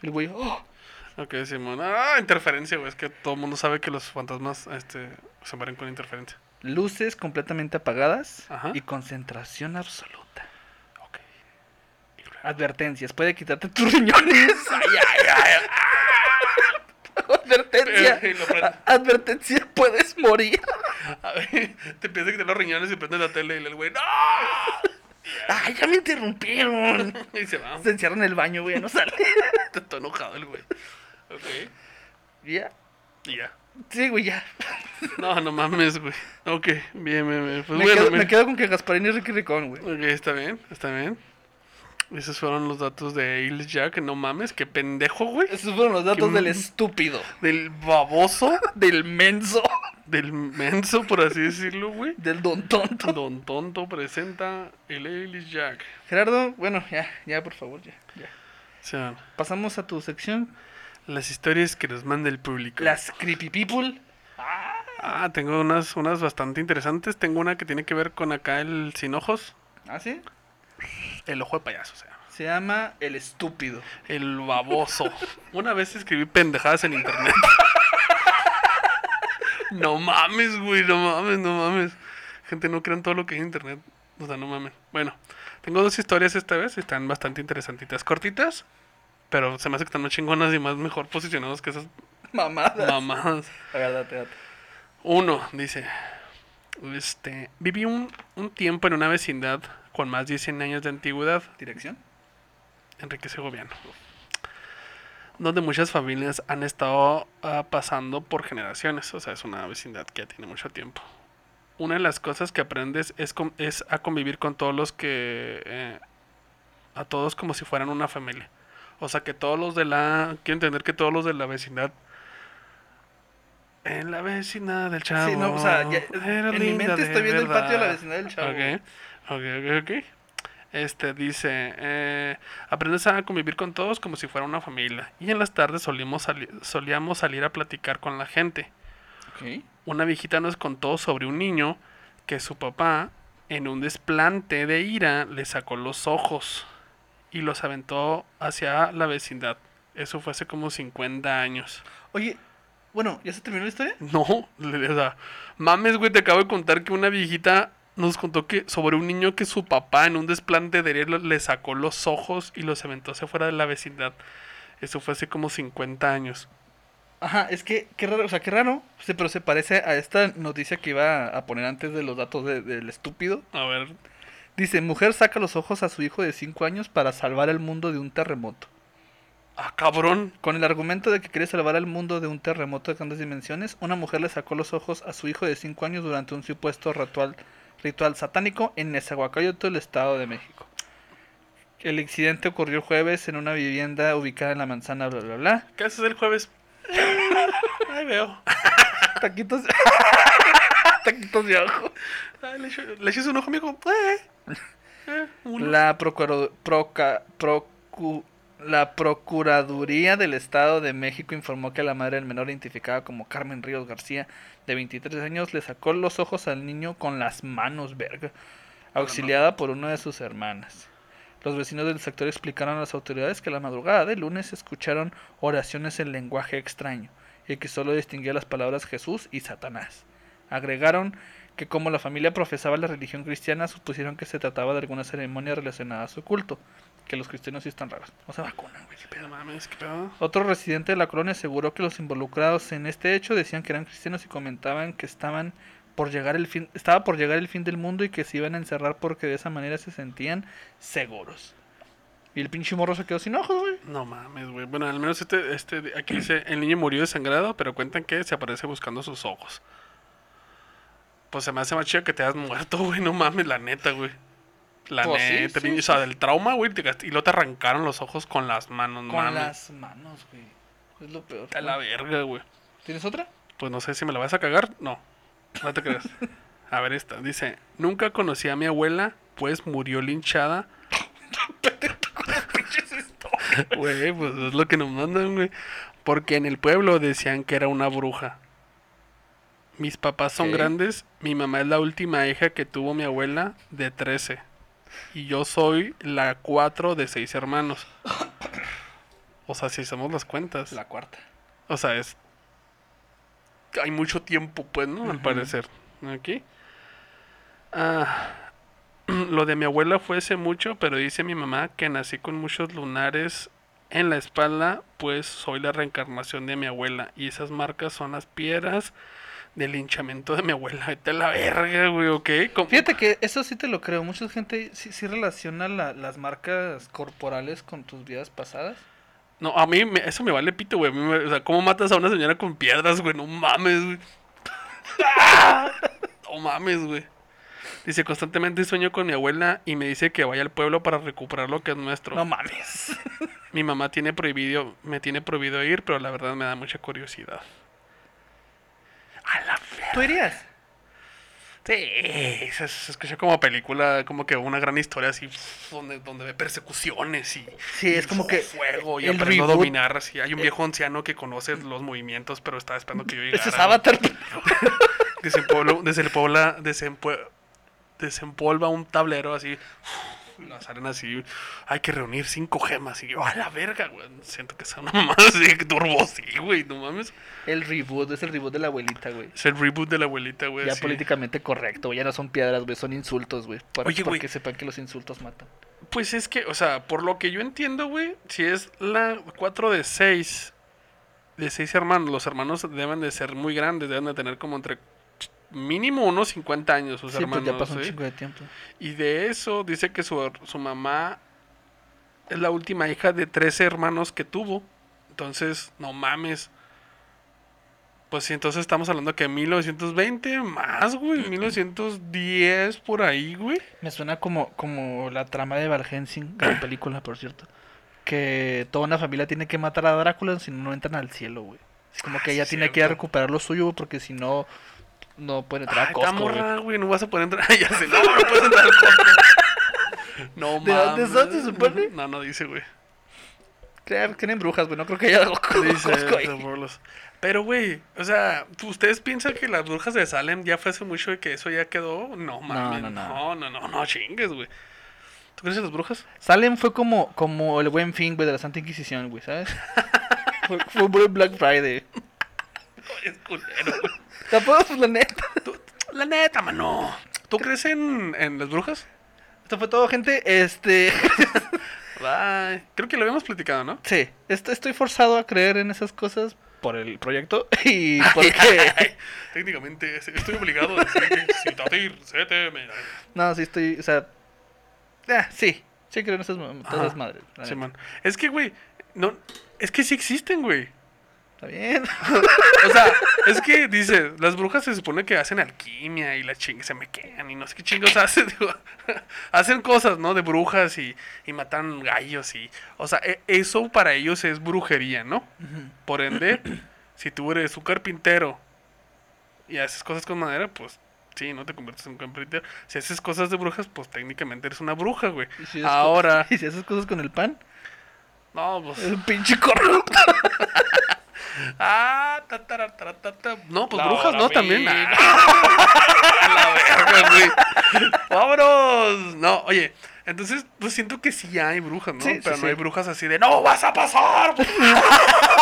Speaker 3: el güey, ¡oh!
Speaker 7: Ok, Simón. Ah, interferencia, güey. Es que todo el mundo sabe que los fantasmas este, se mueren con interferencia.
Speaker 3: Luces completamente apagadas
Speaker 7: Ajá.
Speaker 3: y concentración absoluta.
Speaker 7: Ok. Y luego-
Speaker 3: Advertencias, puede quitarte tus riñones. Advertencia.
Speaker 7: Eh, lo prendo.
Speaker 3: Advertencia, puedes morir.
Speaker 7: A ver, te empieza a quitar los riñones y prende la tele y el güey, ¡no!
Speaker 3: Ay, ya me interrumpieron.
Speaker 7: Y se va.
Speaker 3: Se encierra en el baño, güey, ya no sale.
Speaker 7: Está enojado el güey. Ok.
Speaker 3: ya.
Speaker 7: Y ya.
Speaker 3: Sí, güey, ya.
Speaker 7: No, no mames, güey. Ok, bien, bien, bien. Pues
Speaker 3: me,
Speaker 7: bueno,
Speaker 3: quedo,
Speaker 7: mira.
Speaker 3: me quedo con que Gasparín y Ricky Ricón, güey.
Speaker 7: Ok, está bien, está bien. Esos fueron los datos de Ailes Jack. No mames, qué pendejo, güey.
Speaker 3: Esos fueron los datos
Speaker 7: Qué
Speaker 3: del
Speaker 7: m-
Speaker 3: estúpido,
Speaker 7: Del baboso,
Speaker 3: del menso,
Speaker 7: del menso, por así decirlo, güey.
Speaker 3: del don tonto.
Speaker 7: Don Tonto presenta el Ailes Jack.
Speaker 3: Gerardo, bueno, ya, ya, por favor, ya. ya.
Speaker 7: Se van.
Speaker 3: Pasamos a tu sección.
Speaker 7: Las historias que nos manda el público.
Speaker 3: Las creepy people.
Speaker 7: Ah, tengo unas, unas bastante interesantes. Tengo una que tiene que ver con acá el sin ojos.
Speaker 3: ¿Ah, sí?
Speaker 7: El ojo de payaso, o sea.
Speaker 3: Se llama El Estúpido.
Speaker 7: El baboso. una vez escribí pendejadas en internet. no mames, güey, no mames, no mames. Gente, no crean todo lo que hay en internet. O sea, no mames. Bueno, tengo dos historias esta vez. Están bastante interesantitas. Cortitas, pero se me hace que están más chingonas y más mejor posicionadas que esas
Speaker 3: Mamada.
Speaker 7: mamadas.
Speaker 3: A ver, date, date.
Speaker 7: Uno, dice. Este, viví un, un tiempo en una vecindad con más de 100 años de antigüedad,
Speaker 3: ¿Dirección?
Speaker 7: Enrique Segoviano, donde muchas familias han estado ah, pasando por generaciones, o sea, es una vecindad que ya tiene mucho tiempo. Una de las cosas que aprendes es, con- es a convivir con todos los que... eh, a todos como si fueran una familia. O sea, que todos los de la... Quiero entender que todos los de la vecindad... En la vecindad del chavo.
Speaker 3: sí, no, o sea, ya-
Speaker 7: era
Speaker 3: en mi
Speaker 7: linda
Speaker 3: mente
Speaker 7: de
Speaker 3: estoy viendo el patio de la
Speaker 7: verdad.
Speaker 3: vecindad del chavo.
Speaker 7: Ok, ok, ok, ok. Este dice, eh, aprendes a convivir con todos como si fuera una familia. Y en las tardes solimos sali- solíamos salir a platicar con la gente.
Speaker 3: Ok.
Speaker 7: Una viejita nos contó sobre un niño que su papá, en un desplante de ira, le sacó los ojos y los aventó hacia la vecindad. Eso fue hace como 50 años.
Speaker 3: Oye, bueno, ¿ya se terminó la historia?
Speaker 7: No, le- o sea, mames, güey, te acabo de contar que una viejita nos contó que sobre un niño que su papá en un desplante de hielo le sacó los ojos y los aventó hacia afuera de la vecindad. Eso fue hace como 50 años.
Speaker 3: Ajá, es que, qué raro, o sea, qué raro, se- pero se parece a esta noticia que iba a poner antes de los datos de- del estúpido.
Speaker 7: A ver,
Speaker 3: Dice, mujer saca los ojos a su hijo de 5 años para salvar el mundo de un terremoto.
Speaker 7: ah, cabrón.
Speaker 3: Con el argumento de que quiere salvar al mundo de un terremoto de grandes dimensiones, una mujer le sacó los ojos a su hijo de 5 años durante un supuesto ritual, ritual satánico en Nezahualcóyotl, el Estado de México. El incidente ocurrió el jueves en una vivienda ubicada en la manzana bla bla bla.
Speaker 7: ¿Qué haces el jueves? Ahí veo.
Speaker 3: Taquitos, taquitos de ojo.
Speaker 7: Ay, Ah, le, echo- le echas un ojo, amigo. Eh, eh, uno.
Speaker 3: La, procuro- proca- procu- la Procuraduría del Estado de México informó que la madre del menor, identificada como Carmen Ríos García, de 23 años, le sacó los ojos al niño con las manos, verga, auxiliada por una de sus hermanas. Los vecinos del sector explicaron a las autoridades que la madrugada del lunes escucharon oraciones en lenguaje extraño y que solo distinguía las palabras Jesús y Satanás. Agregaron que como la familia profesaba la religión cristiana, supusieron que se trataba de alguna ceremonia relacionada a su culto, que los cristianos sí están raros. No se vacunan, güey, qué pedo.
Speaker 7: No mames, qué pedo.
Speaker 3: Otro residente de la colonia aseguró que los involucrados en este hecho decían que eran cristianos y comentaban que estaban por llegar el fin, estaba por llegar el fin del mundo y que se iban a encerrar porque de esa manera se sentían seguros. Y el pinche morro se quedó sin ojos, güey.
Speaker 7: No mames, güey. Bueno, al menos este, este, de- aquí dice, el niño murió desangrado, pero cuentan que se aparece buscando sus ojos. Pues se me hace más chido que te hayas muerto, güey. No mames, la neta, güey. La
Speaker 3: Pues sí,
Speaker 7: neta,
Speaker 3: sí,
Speaker 7: pinche- o sea, del trauma, güey. te gast- Y luego te arrancaron los ojos con las manos,
Speaker 3: Con
Speaker 7: mames.
Speaker 3: las manos, güey. Es lo peor.
Speaker 7: A la verga, güey.
Speaker 3: ¿Tienes otra?
Speaker 7: Pues no sé si me la vas a cagar. No, no te creas. A ver esta. Dice, nunca conocí a mi abuela, pues murió linchada. Güey, pues es lo que nos mandan, güey. Porque en el pueblo decían que era una bruja. Mis papás son
Speaker 8: Ok.
Speaker 7: grandes. Mi mamá es la última hija que tuvo mi abuela de 13. Y yo soy la 4 de seis hermanos. O sea, si hacemos las cuentas.
Speaker 3: La cuarta.
Speaker 7: O sea, es. Hay mucho tiempo, pues, ¿no? Al parecer. Aquí. Ah, lo de mi abuela fue hace mucho, pero dice mi mamá que nací con muchos lunares en la espalda, pues soy la reencarnación de mi abuela. Y esas marcas son las piedras del linchamiento de mi abuela. Vete a la verga, güey, ¿ok? ¿Cómo-
Speaker 3: Fíjate que eso sí te lo creo. Mucha gente sí, sí relaciona la- las marcas corporales con tus vidas pasadas.
Speaker 7: No, a mí me- eso me vale pito, güey. A mí me- O sea, ¿cómo matas a una señora con piedras, güey? No mames, güey. no mames, güey. Dice, constantemente sueño con mi abuela y me dice que vaya al pueblo para recuperar lo que es nuestro.
Speaker 3: No mames.
Speaker 7: Mi mamá tiene prohibido, me tiene prohibido ir, pero la verdad me da mucha curiosidad. A la verga.
Speaker 3: ¿Tú irías?
Speaker 7: Sí, se, se escucha como película, como que una gran historia así, donde, donde ve persecuciones y...
Speaker 3: Sí, es como que
Speaker 7: fuego y
Speaker 3: el
Speaker 7: aprendiendo
Speaker 3: reboot-
Speaker 7: a
Speaker 3: eh,
Speaker 7: dominar así. Hay un viejo anciano que conoce los movimientos, pero estaba esperando que yo llegara.
Speaker 3: Ese es
Speaker 7: ¿no?
Speaker 3: Avatar.
Speaker 7: Desempolvo- desempolva, desempue- desempolva un tablero así. Las salen así. Hay que reunir cinco gemas. Y yo, a la verga, güey. Siento que son más así, turbo, sí, güey. No mames.
Speaker 3: El reboot, es el reboot de la abuelita, güey.
Speaker 7: Es el reboot de la abuelita, güey.
Speaker 3: Ya
Speaker 7: así.
Speaker 3: políticamente correcto, güey. Ya no son piedras, güey. Son insultos, güey. Para,
Speaker 7: Oye,
Speaker 3: para
Speaker 7: güey.
Speaker 3: que sepan que los insultos matan.
Speaker 7: Pues es que, o sea, por lo que yo entiendo, güey, si es la 4 de 6, de 6 hermanos, los hermanos deben de ser muy grandes, deben de tener como entre mínimo unos 50 años sus
Speaker 3: sí,
Speaker 7: hermanos. ¿eh?
Speaker 3: pues ya pasó un
Speaker 7: ¿sí?
Speaker 3: chingo de tiempo.
Speaker 7: Y de eso dice que su, su mamá es la última hija de 13 hermanos que tuvo. Entonces, no mames. Pues sí, entonces estamos hablando que 1920 más, güey, 1910 por ahí, güey.
Speaker 3: Me suena como, como la trama de Van Helsing, gran película, por cierto. Que toda una familia tiene que matar a Drácula, si no, no entran al cielo, güey. Es como que
Speaker 7: Ah,
Speaker 3: ella
Speaker 7: sí,
Speaker 3: tiene que ir a
Speaker 7: cierto.
Speaker 3: recuperar lo suyo, güey, porque si no, no pueden entrar a
Speaker 7: Ay, está
Speaker 3: Costco, güey.
Speaker 7: morra, güey, no vas a poder entrar. ya sé, no, no puedes entrar al Costco. No
Speaker 3: ¿De dónde
Speaker 7: mames.
Speaker 3: son, se supone?
Speaker 7: No, no dice, güey.
Speaker 3: Creen, creen en brujas, güey. No creo que haya algo con
Speaker 7: Dice
Speaker 3: Costco ahí.
Speaker 7: de Borlos. Pero, güey, o sea, ¿tú- ¿ustedes piensan que las brujas de Salem ya fue hace mucho y que eso ya quedó? No, mames.
Speaker 3: no,
Speaker 7: No,
Speaker 3: no.
Speaker 7: no, no, no, chingues, güey. ¿Tú crees en las brujas?
Speaker 3: Salem fue como, como el buen fin, güey, de la Santa Inquisición, güey, ¿sabes? fue, fue un buen Black Friday.
Speaker 7: Es culero, güey.
Speaker 3: Tampoco, pues, la neta.
Speaker 7: La neta, mano. ¿Tú crees en, en las brujas?
Speaker 3: Esto fue todo, gente. Este.
Speaker 7: Bye. Creo que lo habíamos platicado, ¿no?
Speaker 3: Sí, est- estoy forzado a creer en esas cosas por el proyecto y porque.
Speaker 7: Técnicamente, es- estoy obligado a decir que Citatir CTM.
Speaker 3: no, sí estoy. O sea. ah, sí, sí creo en esas, mam- todas
Speaker 7: Ajá.
Speaker 3: esas madres. la
Speaker 7: Sí,
Speaker 3: neta.
Speaker 7: man. Es que, güey, no, es que sí existen, güey.
Speaker 3: Está bien.
Speaker 7: O sea, es que dice, las brujas se supone que hacen alquimia y las chingas se me quedan y no sé qué chingos hacen, digo, hacen cosas, ¿no? De brujas y, y matan gallos y, o sea, e- eso para ellos es brujería, ¿no? Por ende, si tú eres un carpintero y haces cosas con madera, pues sí, no te conviertes en un carpintero. Si haces cosas de brujas, pues técnicamente eres una bruja, güey.
Speaker 3: Y si es-
Speaker 7: Ahora,
Speaker 3: Y si haces cosas con el pan,
Speaker 7: no, pues...
Speaker 3: es un pinche corrupto.
Speaker 7: Ah, ta, ta, ra, ta, ra, ta, ta. No, pues
Speaker 9: La
Speaker 7: brujas
Speaker 9: hora
Speaker 7: no también.
Speaker 9: fina.
Speaker 7: Ah. la verga, güey. Vámonos. No, oye, entonces, pues siento que sí hay brujas, ¿no?
Speaker 3: Sí, sí,
Speaker 7: Pero no
Speaker 3: sí.
Speaker 7: hay brujas así de no vas a pasar.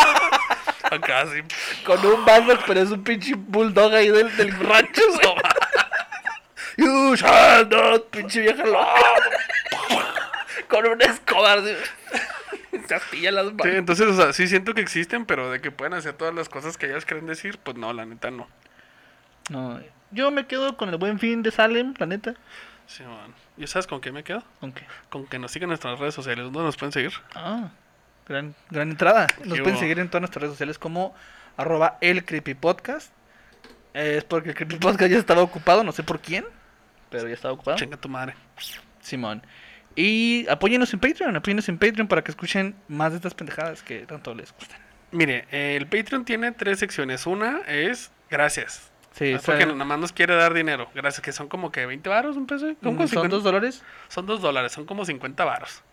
Speaker 7: Acá así.
Speaker 3: Con un Balrog, pero es un pinche bulldog ahí del, del rancho. güey.
Speaker 7: no va.
Speaker 3: You shall not, pinche vieja loca. Con una escoba. así. Se astilla las
Speaker 7: Sí,
Speaker 3: manos.
Speaker 7: entonces, o sea, sí siento que existen, pero de que pueden hacer todas las cosas que ellas creen decir, pues no, la neta no.
Speaker 3: No, yo me quedo con el buen fin de Salem, la neta.
Speaker 7: Sí, man. ¿Y sabes con qué me quedo?
Speaker 3: ¿Con qué?
Speaker 7: Con que nos sigan en nuestras redes sociales. ¿Dónde nos pueden seguir?
Speaker 3: Ah, gran, gran entrada. Nos
Speaker 7: ¿Qué
Speaker 3: pueden
Speaker 7: hubo?
Speaker 3: seguir en todas nuestras redes sociales como arroba el creepypodcast. Eh, es porque el creepypodcast ya estaba ocupado, no sé por quién, pero ya estaba ocupado.
Speaker 7: Chinga tu madre.
Speaker 3: Simón. Y apóyennos en Patreon, apóyennos en Patreon para que escuchen más de estas pendejadas que tanto les gustan.
Speaker 7: Mire, el Patreon tiene tres secciones. Una es gracias.
Speaker 3: Sí,
Speaker 7: Ah, porque nada más nos quiere dar dinero. Gracias, que son como que 20 varos, un peso. ¿Cómo con
Speaker 3: Mm, son
Speaker 7: 50?
Speaker 3: dos dólares.
Speaker 7: Son dos dólares, son como 50 varos.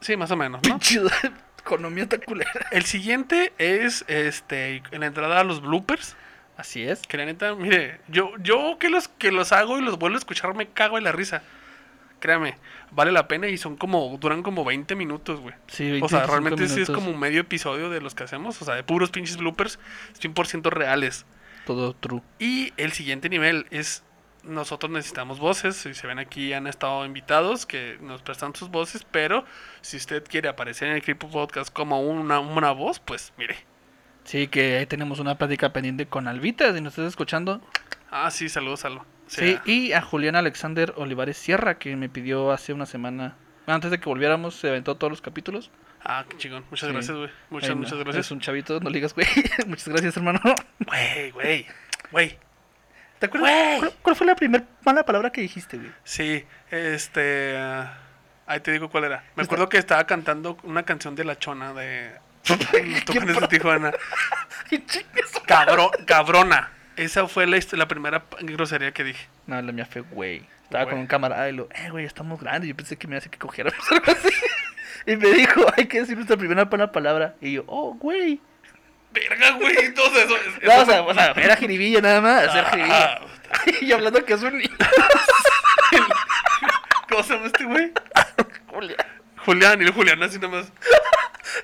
Speaker 7: Sí, más o menos, ¿no?
Speaker 3: Pinche economía tan culera.
Speaker 7: El siguiente es este en la entrada a los bloopers.
Speaker 3: Así es.
Speaker 7: Que la neta, mire, yo, yo que los que los hago y los vuelvo a escuchar me cago en la risa. Créame, vale la pena y son como, duran como 20 minutos, güey.
Speaker 3: Sí, 20,
Speaker 7: O sea,
Speaker 3: 25
Speaker 7: realmente sí es
Speaker 3: minutos.
Speaker 7: como un medio episodio de los que hacemos, o sea, de puros pinches bloopers, 100% reales.
Speaker 3: Todo true.
Speaker 7: Y el siguiente nivel es nosotros necesitamos voces. Si se ven aquí han estado invitados que nos prestan sus voces, pero si usted quiere aparecer en el Creepy Podcast como una, una voz, pues mire.
Speaker 3: Sí, que ahí tenemos una plática pendiente con Albita, si nos estás escuchando.
Speaker 7: Ah, sí, saludos, Alba. O
Speaker 3: Sí,
Speaker 7: sea,
Speaker 3: y a Julián Alexander Olivares Sierra, que me pidió hace una semana, antes de que volviéramos, se aventó todos los capítulos.
Speaker 7: Ah, qué chingón. Muchas
Speaker 3: Sí.
Speaker 7: gracias, güey. Muchas,
Speaker 3: Ay, no,
Speaker 7: muchas
Speaker 3: Es
Speaker 7: gracias.
Speaker 3: un chavito, no le digas, güey. Muchas gracias, hermano.
Speaker 7: Güey, güey. Güey.
Speaker 3: ¿Te acuerdas? ¿Cuál, cuál fue la primera mala palabra que dijiste, güey?
Speaker 7: Sí, este. ah, Ahí te digo cuál era. Me acuerdo que estaba cantando una canción de La Chona de. Tucanes de Tijuana.
Speaker 3: Ay, chingas.
Speaker 7: Cabro, cabrona. Esa fue la, hist- la primera p- grosería que dije.
Speaker 3: No, la mía fue, güey. Estaba
Speaker 7: Güey.
Speaker 3: con un camarada y lo, eh, güey, estamos grandes. Yo pensé que me hace que cogiéramos algo así. Y me dijo, hay que decir nuestra primera mala palabra. Y yo, oh, güey.
Speaker 7: Verga, güey. Entonces, eso es.
Speaker 3: No, o sea, o sea, era jiribilla nada más,
Speaker 7: Ah,
Speaker 3: era jiribilla. y yo hablando que es un niño.
Speaker 7: ¿Cómo se llama este güey?
Speaker 3: Julián.
Speaker 7: Julián, y el Julián así nomás.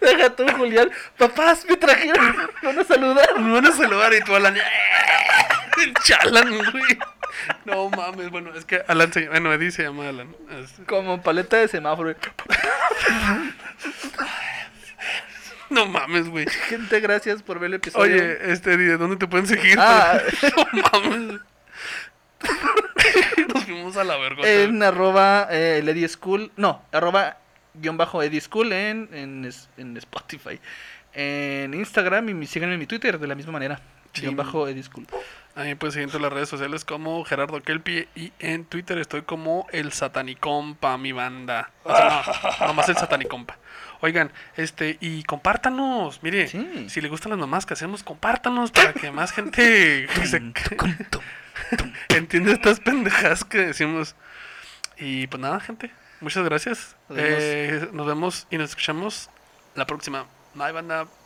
Speaker 3: Deja tú, Julián. Papás, me trajeron. Me Van a saludar.
Speaker 7: Me van a saludar y tú, Alan. El chalan, güey. No mames. Bueno, es que Alan se Bueno, Eddie se llama Alan. Este, Es-
Speaker 3: Como paleta de semáforo.
Speaker 7: No mames, güey.
Speaker 3: Gente, gracias por ver el episodio.
Speaker 7: Oye, este Eddie, ¿de dónde te pueden seguir?
Speaker 3: Ah.
Speaker 7: No mames. Nos fuimos a la verga.
Speaker 3: en arroba eh, el Eddie School. No, arroba guión bajo Eddie School en, en, es- en Spotify. En Instagram y mi- síganme en mi Twitter de la misma manera.
Speaker 7: Sí.
Speaker 3: Guión bajo Eddie School.
Speaker 7: A mí pues siguiendo las redes sociales como Gerardo Kelpie y en Twitter estoy como el Satanicompa, mi banda. O sea, no, nomás el Satanicompa. Oigan, este, y compártanos, mire,
Speaker 3: Sí.
Speaker 7: Mm. si le gustan las mamás que hacemos, compártanos para que más gente se- entienda estas pendejadas que decimos. Y pues nada, gente, muchas gracias.
Speaker 3: Nos vemos.
Speaker 7: Eh, nos vemos y nos escuchamos la próxima. Bye, banda.